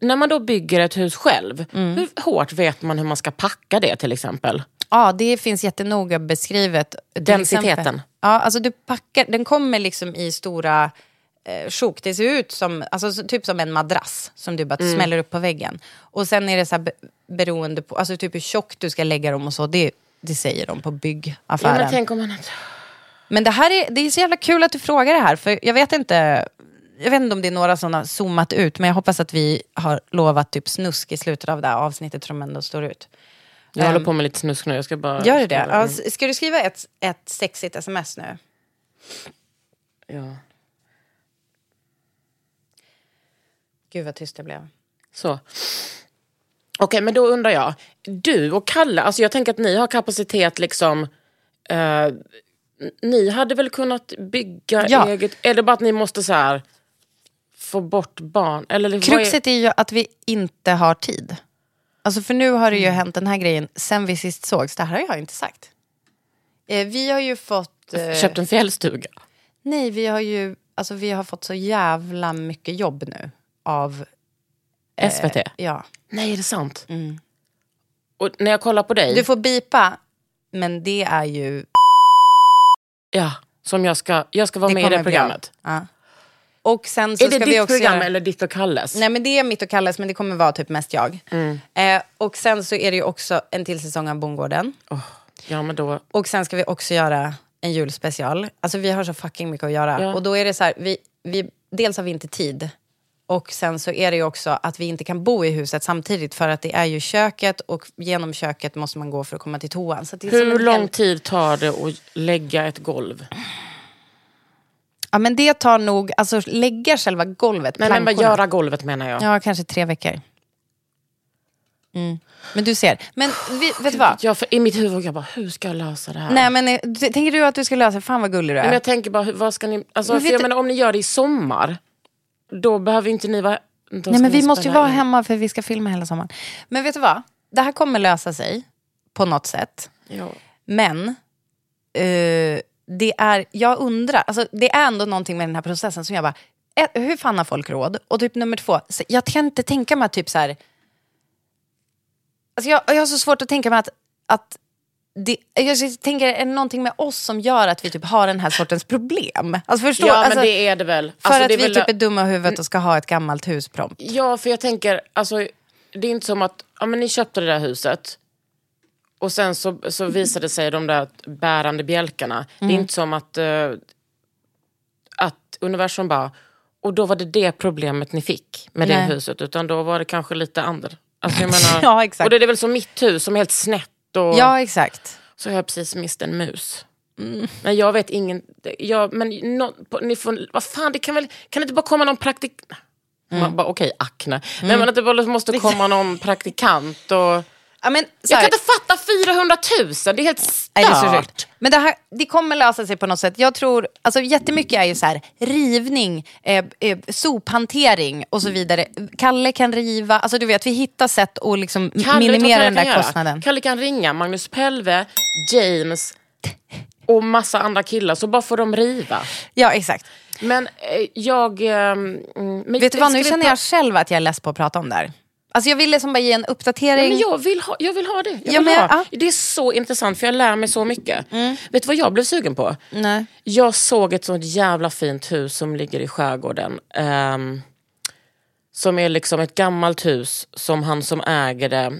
[SPEAKER 4] När man då bygger ett hus själv,
[SPEAKER 5] Mm.
[SPEAKER 4] hur hårt vet man hur man ska packa det till exempel?
[SPEAKER 5] ja, det finns jättenoga beskrivet. Till
[SPEAKER 4] Densiteten.
[SPEAKER 5] exempel- Ja, alltså du packar, den kommer liksom i stora eh, sjok. Det ser ut som, alltså, så- typ som en madrass som du bara smäller upp på väggen. Och sen är det så här be- beroende på alltså, typ hur tjockt du ska lägga dem och så. Det, det säger de på
[SPEAKER 4] Ja,
[SPEAKER 5] byggaffären.
[SPEAKER 4] men tänk om man...
[SPEAKER 5] Men det här är, det är så jävla kul att du frågar det här, för jag vet inte, jag vet inte om det är några som har zoomat ut, men jag hoppas att vi har lovat typ snusk i slutet av det här avsnittet som ändå står ut.
[SPEAKER 4] Jag håller på med lite snusk nu, jag ska bara...
[SPEAKER 5] Ehm. Gör du det? Ja, s- ska du skriva ett, ett sexigt sms nu?
[SPEAKER 4] Ja.
[SPEAKER 5] Gud vad tyst det blev.
[SPEAKER 4] Så. Okej, men då undrar jag. Du och Kalle, alltså jag tänker att ni har kapacitet liksom... Eh, ni hade väl kunnat bygga
[SPEAKER 5] Ja.
[SPEAKER 4] eget... Är det bara att ni måste så här få bort barn? Eller vad är-
[SPEAKER 5] Kruxet är ju att vi inte har tid. Alltså för nu har det ju hänt den här grejen sen vi sist sågs. Det här har jag inte sagt. Eh, vi har ju fått... eh,
[SPEAKER 4] Köpt en fjällstuga?
[SPEAKER 5] Nej, vi har ju alltså, vi har fått så jävla mycket jobb nu av... Eh,
[SPEAKER 4] SVT?
[SPEAKER 5] Ja.
[SPEAKER 4] Nej, är det sant? Och när jag kollar på dig,
[SPEAKER 5] mm. Du får bipa, men det är ju...
[SPEAKER 4] ja, som jag ska, jag ska vara
[SPEAKER 5] Det
[SPEAKER 4] med i det
[SPEAKER 5] kommer bli av.
[SPEAKER 4] programmet.
[SPEAKER 5] Ja. Och sen så
[SPEAKER 4] är det
[SPEAKER 5] ska
[SPEAKER 4] ditt
[SPEAKER 5] vi också
[SPEAKER 4] program
[SPEAKER 5] göra...
[SPEAKER 4] eller ditt och Kalles?
[SPEAKER 5] Nej, men det är mitt och Kalles, men det kommer vara typ mest jag.
[SPEAKER 4] Mm.
[SPEAKER 5] Eh, och sen så är det ju också en till säsong av Bondgården.
[SPEAKER 4] Ja, men då...
[SPEAKER 5] Och sen ska vi också göra en julspecial. Alltså vi har så fucking mycket att göra.
[SPEAKER 4] Ja.
[SPEAKER 5] Och då är det så här, vi, vi, dels har vi inte tid. Och sen så är det ju också att vi inte kan bo i huset samtidigt för att det är ju köket och genom köket måste man gå för att komma till toan. Så det är som
[SPEAKER 4] Hur
[SPEAKER 5] en
[SPEAKER 4] lång
[SPEAKER 5] hel-
[SPEAKER 4] tid tar det att lägga ett golv?
[SPEAKER 5] Ja men det tar nog, alltså lägga själva golvet,
[SPEAKER 4] Nej, men bara
[SPEAKER 5] plankorna.
[SPEAKER 4] göra golvet menar jag.
[SPEAKER 5] Ja, kanske tre veckor. Mm. Men du ser. Men vi, vet du vad?
[SPEAKER 4] Jag, för, I mitt huvud, jag bara, hur ska jag lösa det här?
[SPEAKER 5] Nej, men, eh, t- tänker du att du ska lösa Fan vad gullig du är.
[SPEAKER 4] Men jag tänker bara, hur- vad ska ni... Alltså,
[SPEAKER 5] Men
[SPEAKER 4] för
[SPEAKER 5] vet
[SPEAKER 4] jag
[SPEAKER 5] du-
[SPEAKER 4] menar, om ni gör det i sommar, då behöver inte ni vara... då ska
[SPEAKER 5] Nej, men
[SPEAKER 4] ni
[SPEAKER 5] vi måste ju
[SPEAKER 4] spela
[SPEAKER 5] vara
[SPEAKER 4] in.
[SPEAKER 5] hemma för vi ska filma hela sommaren. Men vet du vad? Det här kommer lösa sig på något sätt.
[SPEAKER 4] Ja.
[SPEAKER 5] Men eh, det är, jag undrar, alltså, det är ändå någonting med den här processen som jag bara, ett, hur fan har folk råd? Och typ nummer två, så jag kan inte tänka mig att typ så här, alltså jag, jag har så svårt att tänka mig att, att det, jag tänker, är det någonting med oss som gör att vi typ har den här sortens problem? Alltså förstår
[SPEAKER 4] Ja,
[SPEAKER 5] alltså,
[SPEAKER 4] men det är det väl.
[SPEAKER 5] För
[SPEAKER 4] Alltså,
[SPEAKER 5] att
[SPEAKER 4] det är
[SPEAKER 5] vi
[SPEAKER 4] väl-
[SPEAKER 5] typ är dumma i huvudet och ska ha ett gammalt hus prompt.
[SPEAKER 4] Ja, för jag tänker, alltså, det är inte som att ja, men ni köpte det där huset och sen så, så visade sig de där bärande bjälkarna. Det
[SPEAKER 5] Mm.
[SPEAKER 4] är inte som att, eh, att universum bara, och då var det det problemet ni fick med
[SPEAKER 5] Nej.
[SPEAKER 4] det huset, utan då var det kanske lite andra. Alltså, jag menar,
[SPEAKER 5] [LAUGHS] Ja, exakt.
[SPEAKER 4] Och det är väl som mitt hus som är helt snett och
[SPEAKER 5] Ja, exakt.
[SPEAKER 4] så har jag precis mist en mus.
[SPEAKER 5] Mm.
[SPEAKER 4] Nej, jag vet ingen... Jag, men nå- på, ni får, vad fan, det kan väl... Kan det inte bara komma någon praktik...
[SPEAKER 5] Mm.
[SPEAKER 4] Man bara, okej, ack nej. Nej, men att det bara liksom måste komma någon praktikant och...
[SPEAKER 5] Ja, men, Mm. så
[SPEAKER 4] Jag
[SPEAKER 5] här,
[SPEAKER 4] kan inte fatta 400 000, det är helt stört.
[SPEAKER 5] Nej, det är så sjukt. Men det, här, det kommer lösa sig på något sätt. Jag tror, alltså jättemycket är ju så här, rivning, eh, eh, sophantering och så vidare. Kalle kan riva, alltså du vet vi hittar sätt att liksom
[SPEAKER 4] Kalle, vet du vad
[SPEAKER 5] minimera
[SPEAKER 4] Kalle
[SPEAKER 5] den där
[SPEAKER 4] kan göra?
[SPEAKER 5] kostnaden.
[SPEAKER 4] Kalle kan ringa Magnus Pelve, James och massa andra killar så bara får de riva.
[SPEAKER 5] Ja exakt.
[SPEAKER 4] Men eh, jag... ehm, mm, men
[SPEAKER 5] vet du vad,
[SPEAKER 4] ska
[SPEAKER 5] nu
[SPEAKER 4] vi
[SPEAKER 5] känner
[SPEAKER 4] pra-
[SPEAKER 5] jag själv att jag är less på att prata om det här. Alltså jag ville liksom bara ge en uppdatering.
[SPEAKER 4] Ja, men jag, vill ha, jag vill ha det. Jag
[SPEAKER 5] Ja,
[SPEAKER 4] vill
[SPEAKER 5] men-
[SPEAKER 4] ha. Det är så intressant för jag lär mig så mycket. Vet du vad jag blev sugen på?
[SPEAKER 5] Nej.
[SPEAKER 4] Jag såg ett sånt jävla fint hus som ligger i skärgården. ehm, som är liksom ett gammalt hus som han som äger det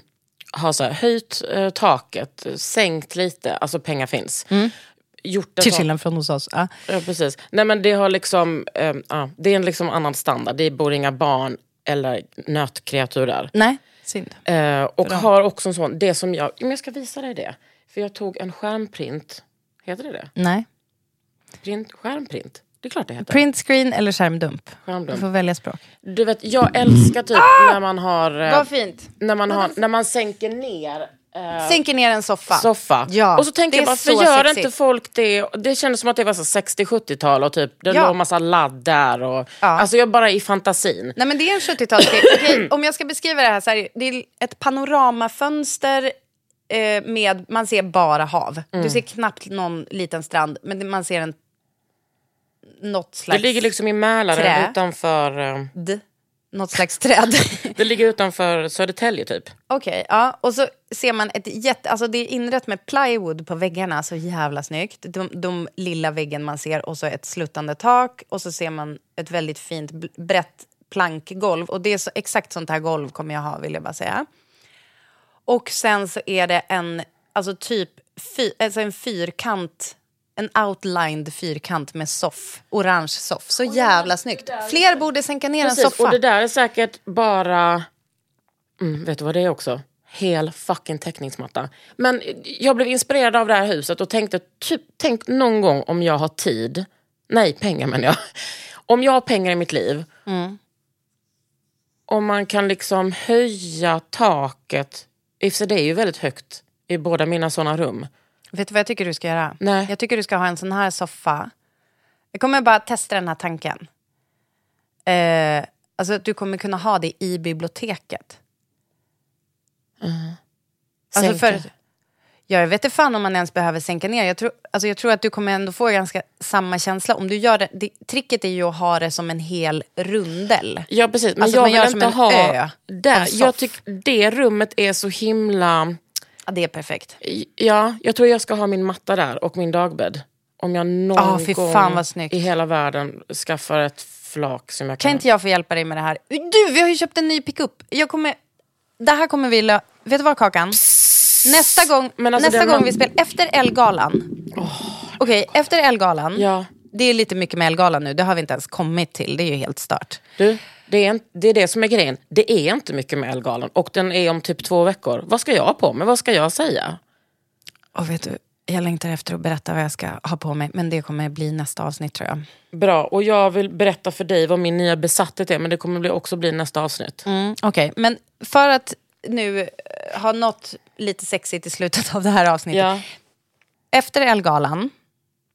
[SPEAKER 4] har så här, höjt eh, taket, sänkt lite, alltså pengar finns. Gjort en
[SPEAKER 5] Mm. Till
[SPEAKER 4] sån-
[SPEAKER 5] skillnad från hos oss. Ja.
[SPEAKER 4] Ja, precis. Nej, men det, har liksom, eh, ja, det är en liksom annan standard. Det bor inga barn eller nötkreatur där.
[SPEAKER 5] Nej, synd.
[SPEAKER 4] Eh, och
[SPEAKER 5] Bra.
[SPEAKER 4] har också en sån, det som jag, men jag ska visa dig det. För jag tog en skärmprint, heter det det?
[SPEAKER 5] Nej.
[SPEAKER 4] Print, skärmprint? Det är klart det heter.
[SPEAKER 5] Print screen eller skärmdump? Du
[SPEAKER 4] Skärmdump.
[SPEAKER 5] får välja språk.
[SPEAKER 4] Du vet, jag älskar typ när man har... eh,
[SPEAKER 5] Ah! Vad fint.
[SPEAKER 4] När man, har, när man sänker ner eh,
[SPEAKER 5] Sänker ner en soffa.
[SPEAKER 4] soffa.
[SPEAKER 5] Ja,
[SPEAKER 4] och så tänkte
[SPEAKER 5] det
[SPEAKER 4] jag,
[SPEAKER 5] är
[SPEAKER 4] varför
[SPEAKER 5] så
[SPEAKER 4] gör
[SPEAKER 5] sexigt.
[SPEAKER 4] inte folk det? Och Det kändes som att det var så 60-70-tal och typ, det
[SPEAKER 5] Ja.
[SPEAKER 4] låg massa ladd där. Och,
[SPEAKER 5] Ja.
[SPEAKER 4] Alltså jag bara i fantasin.
[SPEAKER 5] Nej men det är en
[SPEAKER 4] [COUGHS]
[SPEAKER 5] 70-talsgrej. Okej, om jag ska beskriva det här så här, det är ett panoramafönster eh, med, man ser bara hav.
[SPEAKER 4] Mm.
[SPEAKER 5] Du ser knappt någon liten strand, men det- man ser en, något
[SPEAKER 4] Det
[SPEAKER 5] slags,
[SPEAKER 4] ligger liksom i Mälaren
[SPEAKER 5] Trä.
[SPEAKER 4] utanför... eh,
[SPEAKER 5] något slags träd. [LAUGHS]
[SPEAKER 4] Det ligger utanför Södertälje typ.
[SPEAKER 5] Okej, ja. Och så ser man ett jätte... Alltså det är inrett med plywood på väggarna, så jävla snyggt. De, de lilla väggen man ser och så ett sluttande tak och så ser man ett väldigt fint bl- brett plankgolv. Och det är så, exakt sånt här golv kommer jag ha, vill jag bara säga. Och sen så är det en, alltså typ fy, alltså en fyrkant, en outlined fyrkant med soff, orange soff. Så jävla snyggt. Fler borde sänka ner en
[SPEAKER 4] Precis,
[SPEAKER 5] soffa.
[SPEAKER 4] och det där är säkert bara... Mm, vet du vad det är också? Hel fucking täckningsmatta. Men jag blev inspirerad av det här huset och tänkte, typ, tänk någon gång om jag har tid. Nej, pengar menar jag. [LAUGHS] Om jag har pengar i mitt liv.
[SPEAKER 5] Mm.
[SPEAKER 4] Om man kan liksom höja taket. I och för sig, det är ju väldigt högt i båda mina såna rum.
[SPEAKER 5] Vet du vad jag tycker du ska göra?
[SPEAKER 4] Nej.
[SPEAKER 5] Jag tycker du ska ha en sån här soffa. Jag kommer bara testa den här tanken. Eh, alltså att du kommer kunna ha det i biblioteket. Alltså
[SPEAKER 4] Sänka.
[SPEAKER 5] för, ja, jag vet inte fan om man ens behöver sänka ner. Jag tror, alltså jag tror att du kommer ändå få ganska samma känsla. Om du gör det, det, tricket är ju att ha det som en hel rundel.
[SPEAKER 4] Ja precis, men
[SPEAKER 5] Alltså,
[SPEAKER 4] jag
[SPEAKER 5] man gör
[SPEAKER 4] vill
[SPEAKER 5] som
[SPEAKER 4] inte
[SPEAKER 5] en
[SPEAKER 4] ha...
[SPEAKER 5] ö, en
[SPEAKER 4] där. Jag
[SPEAKER 5] soff.
[SPEAKER 4] tycker det rummet är så himla...
[SPEAKER 5] Ja, det är perfekt.
[SPEAKER 4] Ja, jag tror jag ska ha min matta där och min dagbädd. Om jag någon
[SPEAKER 5] Ah, fy fan,
[SPEAKER 4] gång
[SPEAKER 5] vad snyggt.
[SPEAKER 4] i hela världen skaffar ett flak som jag kan...
[SPEAKER 5] Kan inte jag få hjälpa dig med det här? Du, vi har ju köpt en ny pickup. Jag kommer... Det här kommer vi lö... Vet du vad Kakan? Nästa gång,
[SPEAKER 4] Men alltså,
[SPEAKER 5] nästa
[SPEAKER 4] den
[SPEAKER 5] gång
[SPEAKER 4] man-
[SPEAKER 5] vi spelar, efter Elgalan. Okej, efter Elgalan.
[SPEAKER 4] Ja,
[SPEAKER 5] Det är lite mycket med Elgalan nu, det har vi inte ens kommit till. Det är ju helt stört.
[SPEAKER 4] du. Det är, en, det är det som är grejen. Det är inte mycket med Elgalan och den är om typ två veckor. Vad ska jag ha på mig? Vad ska jag säga?
[SPEAKER 5] Och vet du, jag längtar efter att berätta vad jag ska ha på mig, men det kommer bli nästa avsnitt tror jag.
[SPEAKER 4] Bra, och jag vill berätta för dig vad min nya besatthet är men det kommer bli, också bli nästa avsnitt.
[SPEAKER 5] Mm, Okej, men för att nu eh, ha något lite sexigt i slutet av det här avsnittet.
[SPEAKER 4] Ja.
[SPEAKER 5] efter Elgalan,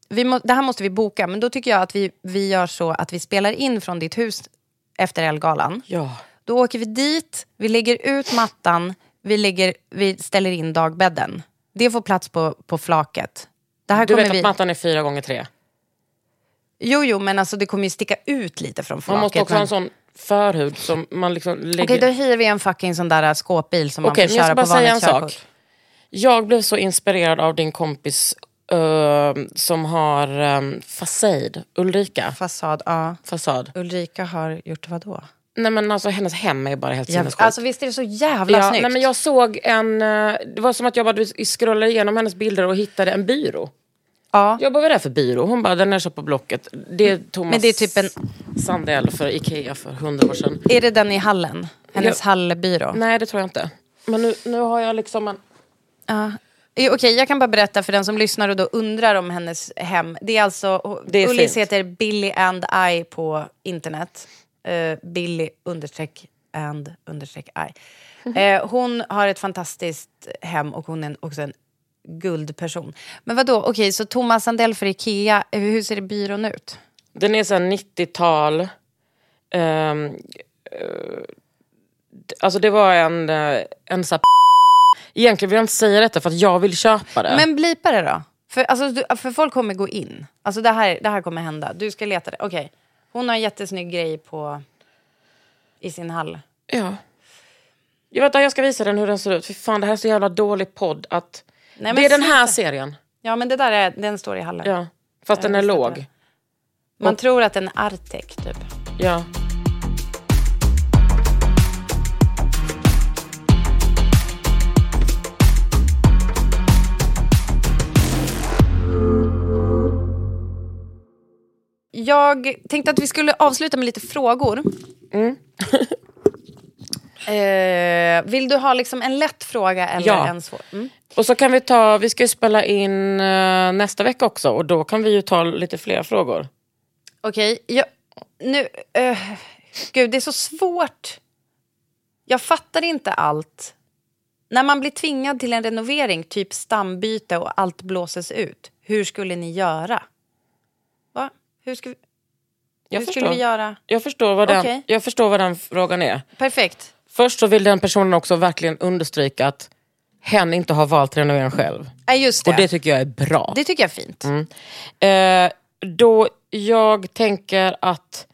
[SPEAKER 5] vi må, det här måste vi boka, men då tycker jag att vi, vi gör så att vi spelar in från ditt hus efter Elgalan.
[SPEAKER 4] ja.
[SPEAKER 5] Då åker vi dit, vi lägger ut mattan, vi, lägger, vi ställer in dagbädden. Det får plats på, på flaket. Det här
[SPEAKER 4] Du
[SPEAKER 5] kommer
[SPEAKER 4] vet
[SPEAKER 5] vi...
[SPEAKER 4] att mattan är fyra gånger tre.
[SPEAKER 5] Jo, jo, men alltså, det kommer ju sticka ut lite från flaket.
[SPEAKER 4] Man måste också
[SPEAKER 5] men...
[SPEAKER 4] ha en sån förhud som man liksom lägger...
[SPEAKER 5] Okej, då hyr vi en fucking sån där äh, skåpbil som man
[SPEAKER 4] Okej, men
[SPEAKER 5] får
[SPEAKER 4] jag ska
[SPEAKER 5] köra på
[SPEAKER 4] bara säga en
[SPEAKER 5] vanligt körkort.
[SPEAKER 4] sak. Jag blev så inspirerad av din kompis eh, som har um, fasad, Ulrika.
[SPEAKER 5] Fasad, ja.
[SPEAKER 4] Fasad.
[SPEAKER 5] Ulrika har gjort vad då?
[SPEAKER 4] Nej men alltså hennes hem är bara helt sinnessjukt.
[SPEAKER 5] Alltså visst är det så jävla
[SPEAKER 4] ja,
[SPEAKER 5] snyggt?
[SPEAKER 4] nej, men jag såg en, eh, det var som att jag bara scrollade igenom hennes bilder och hittade en byrå.
[SPEAKER 5] ja.
[SPEAKER 4] Jag bara, vad är det här för byrå? Hon bara, den är så på Blocket. Mm. Det är Thomas
[SPEAKER 5] Men det är typ
[SPEAKER 4] Sandell för Ikea för hundra år sedan.
[SPEAKER 5] Är det den i hallen? Hennes
[SPEAKER 4] Ja.
[SPEAKER 5] hallbyrå?
[SPEAKER 4] Nej det tror jag inte. Men nu, nu har jag liksom en...
[SPEAKER 5] Ja. Eh, Okej, jag kan bara berätta för den som lyssnar och då undrar om hennes hem. Det är alltså,
[SPEAKER 4] Det är
[SPEAKER 5] Ullis
[SPEAKER 4] fint.
[SPEAKER 5] heter Billy and I på internet. Eh, Billy understreck and
[SPEAKER 4] Mhm.
[SPEAKER 5] understreck I. Eh, hon har ett fantastiskt hem och hon är en- också en guldperson. Men vad då? okej så Thomas Sandell för Ikea, eh, hur ser det byrån ut?
[SPEAKER 4] Den är såhär 90-tal. Ehm, eh, alltså det var en, eh, en såhär Egentligen vill jag inte säga detta för att jag vill köpa det.
[SPEAKER 5] Men blipa det då. För, alltså, du, för folk kommer gå in. Alltså det här, det här kommer hända. Du ska leta det. Okej, hon har en jättesnygg grej på, i sin hall.
[SPEAKER 4] Ja. Jag, vet, jag ska visa den hur den ser ut. Fy fan, det här är så jävla dålig podd. Att...
[SPEAKER 5] Nej, men
[SPEAKER 4] det är den här
[SPEAKER 5] sluta.
[SPEAKER 4] serien.
[SPEAKER 5] Ja, men det där är, den står i hallen.
[SPEAKER 4] Ja. Fast
[SPEAKER 5] Jag
[SPEAKER 4] den är
[SPEAKER 5] visste
[SPEAKER 4] låg.
[SPEAKER 5] inte det. Man
[SPEAKER 4] Och-
[SPEAKER 5] tror att den är Artek typ.
[SPEAKER 4] Ja.
[SPEAKER 5] Jag tänkte att vi skulle avsluta med lite frågor.
[SPEAKER 4] Mm.
[SPEAKER 5] [LAUGHS] eh, vill du ha liksom en lätt fråga eller
[SPEAKER 4] Ja.
[SPEAKER 5] en svår? Mm.
[SPEAKER 4] Och så kan vi ta, vi ska ju spela in eh, nästa vecka också och då kan vi ju ta lite fler frågor.
[SPEAKER 5] Okej, jag, nu... eh, gud, det är så svårt. Jag fattar inte allt. När man blir tvingad till en renovering, typ stambyte och allt blåses ut, hur skulle ni göra? Va? Hur, ska vi,
[SPEAKER 4] Jag
[SPEAKER 5] hur skulle
[SPEAKER 4] förstår.
[SPEAKER 5] vi göra?
[SPEAKER 4] Jag förstår, vad den,
[SPEAKER 5] Okej.
[SPEAKER 4] jag förstår vad den frågan är.
[SPEAKER 5] Perfekt.
[SPEAKER 4] Först så vill den personen också verkligen understryka att hen inte har valt renoveringen själv.
[SPEAKER 5] Nej, just det.
[SPEAKER 4] Och det Mm. tycker jag är bra.
[SPEAKER 5] Det tycker jag är fint.
[SPEAKER 4] Eh, då jag tänker att...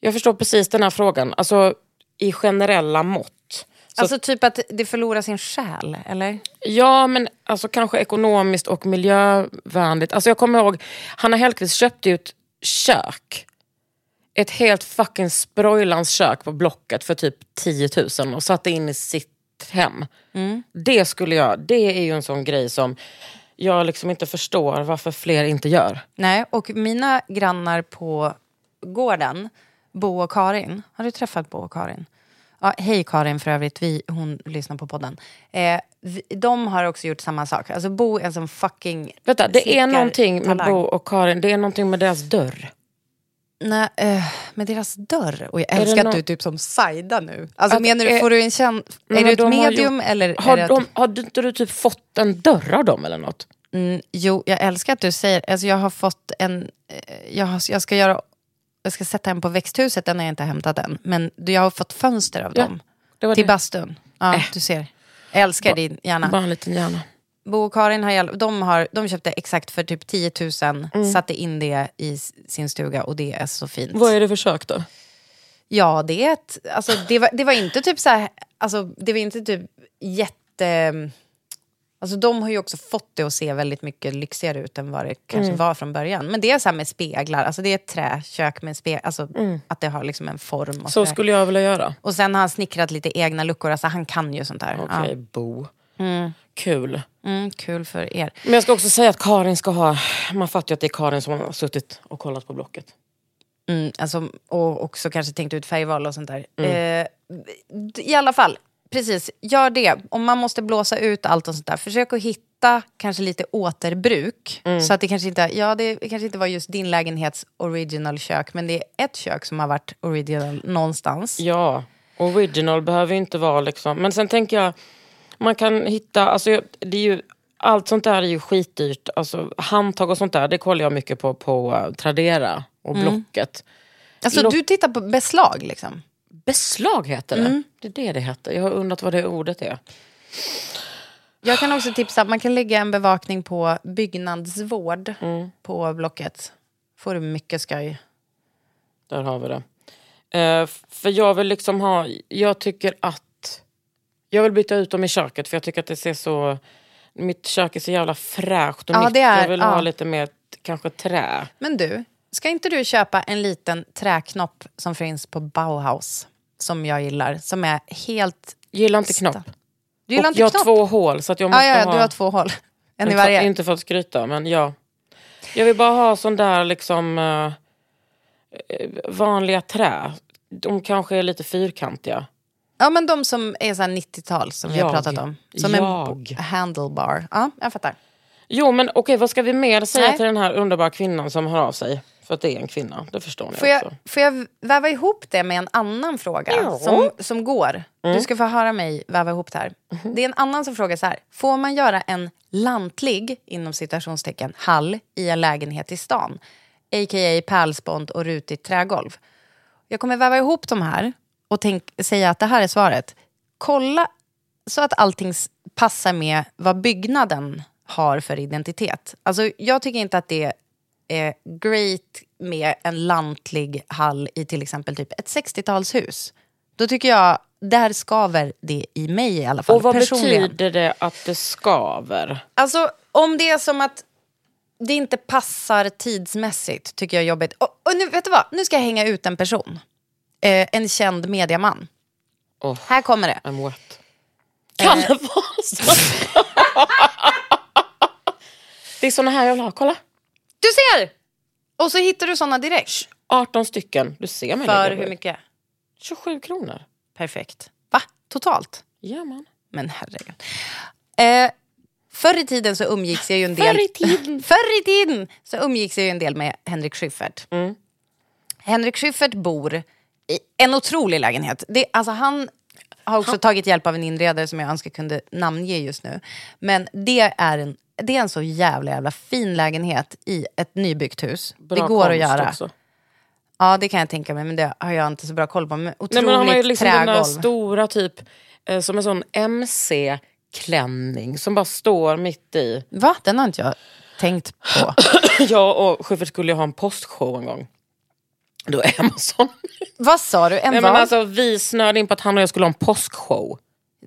[SPEAKER 4] Jag förstår precis den här frågan. Alltså i generella mått. Så,
[SPEAKER 5] Alltså typ att det förlorar sin själ, eller?
[SPEAKER 4] ja, men alltså kanske ekonomiskt och miljövänligt. Alltså jag kommer ihåg, Hanna Hellquist köpte ju ett kök. Ett helt fucking sprojlans kök på Blocket för typ 10 000 och satte in i sitt hem.
[SPEAKER 5] Mm.
[SPEAKER 4] Det skulle jag, det är ju en sån grej som jag liksom inte förstår varför fler inte gör.
[SPEAKER 5] Nej, och mina grannar på gården, Bo och Karin. Har du träffat Bo och Karin? Ja, hej Karin för övrigt, vi, hon lyssnar på podden. Eh, vi, de har också gjort samma sak. Alltså Bo är en sån fucking...
[SPEAKER 4] Vänta, det är någonting med
[SPEAKER 5] snickartalang.
[SPEAKER 4] Bo och Karin, det är någonting med deras dörr.
[SPEAKER 5] Nej, eh, med deras dörr. Och jag
[SPEAKER 4] Är det
[SPEAKER 5] älskar att
[SPEAKER 4] nå-
[SPEAKER 5] du typ som Saida nu. Alltså
[SPEAKER 4] Att-
[SPEAKER 5] menar du,
[SPEAKER 4] eh,
[SPEAKER 5] får du en känsla... Är
[SPEAKER 4] Men
[SPEAKER 5] du ett
[SPEAKER 4] de har
[SPEAKER 5] medium
[SPEAKER 4] gjort-
[SPEAKER 5] eller...
[SPEAKER 4] Har,
[SPEAKER 5] är det att-
[SPEAKER 4] de, har du, inte du typ fått en dörr av dem eller något?
[SPEAKER 5] Mm, jo, jag älskar att du säger... Alltså jag har fått en... eh, Jag, har, jag, ska göra, jag ska sätta en på växthuset, den har jag inte hämtat än. Men du, jag har fått fönster av
[SPEAKER 4] Ja,
[SPEAKER 5] dem.
[SPEAKER 4] det var
[SPEAKER 5] Till
[SPEAKER 4] det.
[SPEAKER 5] bastun. Ja,
[SPEAKER 4] Äh.
[SPEAKER 5] du ser. Jag älskar din hjärna.
[SPEAKER 4] Bara en liten hjärna.
[SPEAKER 5] Bo och Karin har, hjäl- de har, de köpte exakt för typ 10 000, satte in det i s- sin stuga och det är så fint.
[SPEAKER 4] Mm. Vad är det för kök då?
[SPEAKER 5] Ja, det är ett... Alltså, det, var, det var inte typ så här... Alltså, det var inte typ jätte... Alltså, de har ju också fått det att se väldigt mycket lyxigare ut än vad det kanske
[SPEAKER 4] Mm.
[SPEAKER 5] var från början. Men det är så här med speglar, alltså det är ett träkök med speglar, alltså att det har liksom en form. Och,
[SPEAKER 4] Så
[SPEAKER 5] så där.
[SPEAKER 4] Mm. skulle jag vilja göra.
[SPEAKER 5] och sen har han snickrat lite egna luckor, alltså han kan ju sånt där.
[SPEAKER 4] Okej, Bo. Kul.
[SPEAKER 5] Ja. Mm, kul för er.
[SPEAKER 4] Men jag ska också säga att Karin ska ha... Man fattar ju att det är Karin som har suttit och kollat på Blocket.
[SPEAKER 5] Mm, alltså, och också kanske tänkt ut färgval och sånt där. Eh, d- I alla fall, precis, gör det. Om man måste blåsa ut allt och sånt där, försök att hitta kanske lite återbruk. Så att det kanske inte, ja, det kanske inte var just din lägenhets original kök, men det är ett kök som har varit original någonstans.
[SPEAKER 4] Ja, original behöver ju inte vara liksom... Men sen tänker jag, man kan hitta... Alltså, jag- det är ju, allt sånt där är ju skitdyrt. Alltså, handtag och sånt där, det kollar jag mycket på på eh, Tradera och Blocket.
[SPEAKER 5] Alltså
[SPEAKER 4] Lo-
[SPEAKER 5] du tittar på beslag liksom.
[SPEAKER 4] Beslag heter det. Mm. Det är det det heter. Jag har undrat vad det ordet är.
[SPEAKER 5] Jag kan också tipsa, man kan lägga en bevakning på byggnadsvård på Blocket. Får du mycket skoj.
[SPEAKER 4] Där har vi det. Eh, för jag vill liksom ha... Jag tycker att... Jag vill byta ut dem i köket för jag tycker att det ser så... Mitt kök är så jävla fräscht och
[SPEAKER 5] Ja,
[SPEAKER 4] nytt.
[SPEAKER 5] det är-
[SPEAKER 4] jag vill
[SPEAKER 5] ja.
[SPEAKER 4] ha lite mer t- kanske trä.
[SPEAKER 5] Men du, ska inte du köpa en liten träknopp som finns på Bauhaus? Som jag gillar, som är helt...
[SPEAKER 4] Gillar inte knopp.
[SPEAKER 5] Du gillar
[SPEAKER 4] Och
[SPEAKER 5] inte
[SPEAKER 4] jag
[SPEAKER 5] knopp?
[SPEAKER 4] har två hål så att jag måste
[SPEAKER 5] ja, ja, ja,
[SPEAKER 4] ha...
[SPEAKER 5] du har två
[SPEAKER 4] [LAUGHS]
[SPEAKER 5] hål. En i
[SPEAKER 4] Inte-
[SPEAKER 5] varje.
[SPEAKER 4] Inte för att skryta men ja. Jag vill bara ha sån där liksom... eh, eh, vanliga trä. De kanske är lite fyrkantiga.
[SPEAKER 5] Ja, men de som är så här 90-tal som vi har
[SPEAKER 4] Jag.
[SPEAKER 5] pratat om. Som en
[SPEAKER 4] Jag.
[SPEAKER 5] b- handlebar. Ja, jag fattar.
[SPEAKER 4] Jo, men okej, vad ska vi mer säga
[SPEAKER 5] Nej.
[SPEAKER 4] till den här underbara kvinnan som hör av sig? För att det är en kvinna, det förstår ni
[SPEAKER 5] Får jag,
[SPEAKER 4] också.
[SPEAKER 5] får jag väva ihop det med en annan fråga
[SPEAKER 4] Ja.
[SPEAKER 5] som, som går?
[SPEAKER 4] Mm.
[SPEAKER 5] Du ska få höra mig väva ihop det här. Det är en annan som frågar så här. Får man göra en lantlig, inom citationstecken, hall i en lägenhet i stan? A.k.a. pärlspont och rutigt trägolv. Jag kommer väva ihop de här och tänk, säga att det här är svaret. Kolla så att allting s- passar med vad byggnaden har för identitet. Alltså, jag tycker inte att det är great med en lantlig hall i till exempel typ ett 60-talshus. Då tycker jag, där skaver det i mig i alla fall.
[SPEAKER 4] Och vad
[SPEAKER 5] personligen.
[SPEAKER 4] betyder det att det skaver?
[SPEAKER 5] Alltså, om det är som att det inte passar tidsmässigt, tycker jag är jobbigt. Och, och nu, vet du vad? Nu ska jag hänga ut en person. Eh, en känd mediaman. Här kommer det.
[SPEAKER 4] I'm wet. Eh. Kalle Wasa. [LAUGHS] det är såna här jag vill ha, kolla.
[SPEAKER 5] Du ser! Och så hittar du såna direkt.
[SPEAKER 4] 18 stycken, du ser mig.
[SPEAKER 5] För
[SPEAKER 4] nu,
[SPEAKER 5] hur mycket?
[SPEAKER 4] 27 kronor.
[SPEAKER 5] Perfekt. Va? Totalt?
[SPEAKER 4] Ja, man.
[SPEAKER 5] Men herregud. Eh, förr i tiden så umgicks jag ju en del...
[SPEAKER 4] Förr i
[SPEAKER 5] [LAUGHS]
[SPEAKER 4] tiden.
[SPEAKER 5] förr i tiden så umgicks jag ju en del med Henrik Schyffert.
[SPEAKER 4] Mm.
[SPEAKER 5] Henrik Schyffert bor i en otrolig lägenhet. Det, alltså han har också tagit hjälp av en inredare som jag önskar kunde namnge just nu. Men det är en, det är en så jävla jävla fin lägenhet i ett nybyggt hus. det går att
[SPEAKER 4] konst
[SPEAKER 5] göra.
[SPEAKER 4] också.
[SPEAKER 5] Ja, det kan jag tänka mig, men det har jag inte så bra koll på. Men
[SPEAKER 4] Nej,
[SPEAKER 5] otroligt
[SPEAKER 4] men han har ju liksom den där
[SPEAKER 5] trägolv.
[SPEAKER 4] stora typ, eh, som en sån mc-klänning som bara står mitt i.
[SPEAKER 5] Va? Den har inte jag tänkt på.
[SPEAKER 4] [LAUGHS] jag och Schyffert skulle ju ha en postshow en gång. Då är Amazon.
[SPEAKER 5] Vad sa du? En
[SPEAKER 4] Nej,
[SPEAKER 5] vad?
[SPEAKER 4] men alltså, vi snöade in på att han och jag skulle ha en påskshow.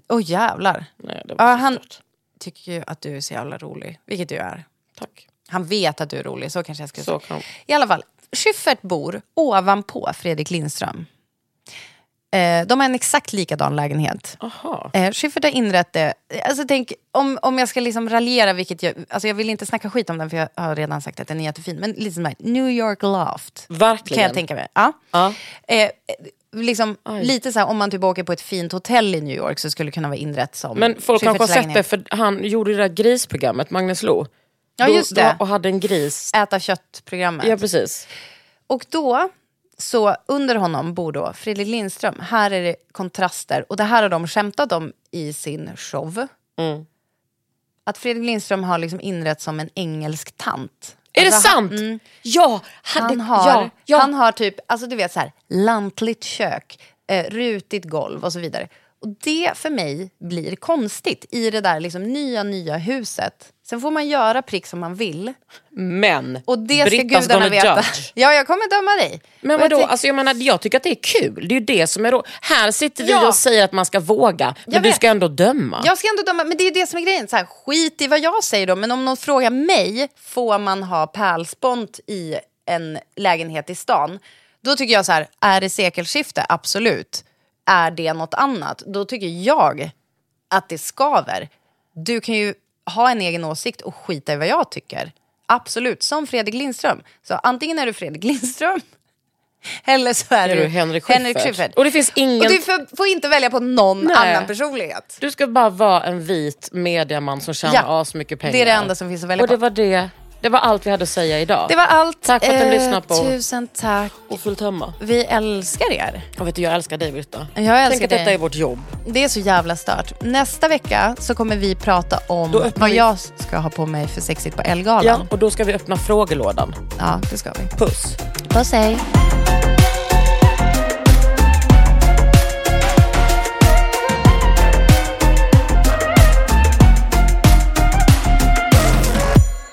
[SPEAKER 5] Åh jävlar.
[SPEAKER 4] Nej, det var
[SPEAKER 5] Ja,
[SPEAKER 4] så
[SPEAKER 5] han
[SPEAKER 4] stört.
[SPEAKER 5] tycker ju att du är så jävla rolig, vilket du är.
[SPEAKER 4] Tack.
[SPEAKER 5] Han vet att du är rolig, så kanske jag skulle
[SPEAKER 4] Så
[SPEAKER 5] säga.
[SPEAKER 4] kan...
[SPEAKER 5] I alla fall, Schyffert bor ovanpå Fredrik Lindström. Eh, de har en exakt likadan lägenhet.
[SPEAKER 4] Aha.
[SPEAKER 5] Eh, Schyffert har inrett det... Alltså, tänk, om, om jag ska liksom raljera, vilket jag... Alltså, jag vill inte snacka skit om den, för jag har redan sagt att den är jättefin. Men lite sån här New York loft.
[SPEAKER 4] Verkligen.
[SPEAKER 5] Kan jag tänka mig. Ja.
[SPEAKER 4] Ja.
[SPEAKER 5] Eh, eh, liksom,
[SPEAKER 4] Aj.
[SPEAKER 5] lite så här, om man typ åker på ett fint hotell i New York så skulle det kunna vara inrett som
[SPEAKER 4] Men folk kanske har
[SPEAKER 5] Schyfferts
[SPEAKER 4] sett det,
[SPEAKER 5] lägenhet.
[SPEAKER 4] för han gjorde ju det där grisprogrammet, Magnus Lo.
[SPEAKER 5] Ja,
[SPEAKER 4] Då-
[SPEAKER 5] just det.
[SPEAKER 4] då- Och hade en gris.
[SPEAKER 5] Äta kött-programmet.
[SPEAKER 4] Ja, precis.
[SPEAKER 5] Och då, så under honom bor då Fredrik Lindström. Här är det kontraster. Och det här har de skämtat om i sin show.
[SPEAKER 4] Mm.
[SPEAKER 5] Att Fredrik Lindström har liksom inrett som en engelsk tant.
[SPEAKER 4] Är det
[SPEAKER 5] Alltså, han-
[SPEAKER 4] sant? Ja, hade,
[SPEAKER 5] Han har,
[SPEAKER 4] ja, ja.
[SPEAKER 5] han har typ, alltså du vet så här, lantligt kök, eh, rutigt golv och så vidare. Och det för mig blir konstigt i det där liksom nya, nya huset. Sen får man göra prick som man vill.
[SPEAKER 4] Men
[SPEAKER 5] Och det ska
[SPEAKER 4] Brittas
[SPEAKER 5] gudarna
[SPEAKER 4] gonna
[SPEAKER 5] veta.
[SPEAKER 4] judge.
[SPEAKER 5] [LAUGHS] Ja, jag kommer döma dig.
[SPEAKER 4] Men
[SPEAKER 5] Och jag
[SPEAKER 4] vadå, jag,
[SPEAKER 5] tänk-
[SPEAKER 4] alltså, jag, menar, jag tycker att det är kul. Det är ju det som är då. Här sitter vi
[SPEAKER 5] Ja.
[SPEAKER 4] och säger att man ska våga, men
[SPEAKER 5] Jag
[SPEAKER 4] du
[SPEAKER 5] vet.
[SPEAKER 4] ska ändå döma.
[SPEAKER 5] Jag ska ändå döma, men det är ju det som är grejen. Så här, skit i vad jag säger då, men om någon frågar mig, får man ha pärlspont i en lägenhet i stan? Då tycker jag så här, är det sekelskifte? Absolut. Är det något annat? Då tycker jag att det skaver. Du kan ju ha en egen åsikt och skita i vad jag tycker. Absolut, som Fredrik Lindström. Så antingen är du Fredrik Lindström, [LAUGHS] eller så är,
[SPEAKER 4] Är du Henrik Schyffert? Och det finns ingen-
[SPEAKER 5] Och du får- får inte välja på någon
[SPEAKER 4] Nej.
[SPEAKER 5] annan personlighet.
[SPEAKER 4] Du ska bara vara en vit mediaman som tjänar
[SPEAKER 5] Ja.
[SPEAKER 4] asmycket pengar.
[SPEAKER 5] Det är det enda som finns att välja
[SPEAKER 4] Och det
[SPEAKER 5] på.
[SPEAKER 4] var det. Det var allt vi hade att säga idag.
[SPEAKER 5] Det var allt. Eh,
[SPEAKER 4] Tack för att ni lyssnade på-
[SPEAKER 5] Tusen tack.
[SPEAKER 4] Och fullt hemma.
[SPEAKER 5] Vi älskar er.
[SPEAKER 4] Jag, vet, jag älskar dig Britta.
[SPEAKER 5] Jag älskar
[SPEAKER 4] Tänk att
[SPEAKER 5] dig.
[SPEAKER 4] detta är vårt jobb.
[SPEAKER 5] Det är så jävla stört. Nästa vecka så kommer vi prata om
[SPEAKER 4] Då öppnar
[SPEAKER 5] vad
[SPEAKER 4] vi-
[SPEAKER 5] jag ska ha på mig för sexigt på Ellegalan.
[SPEAKER 4] Ja, och då ska vi öppna frågelådan.
[SPEAKER 5] ja, det ska vi.
[SPEAKER 4] Puss.
[SPEAKER 5] Puss hej.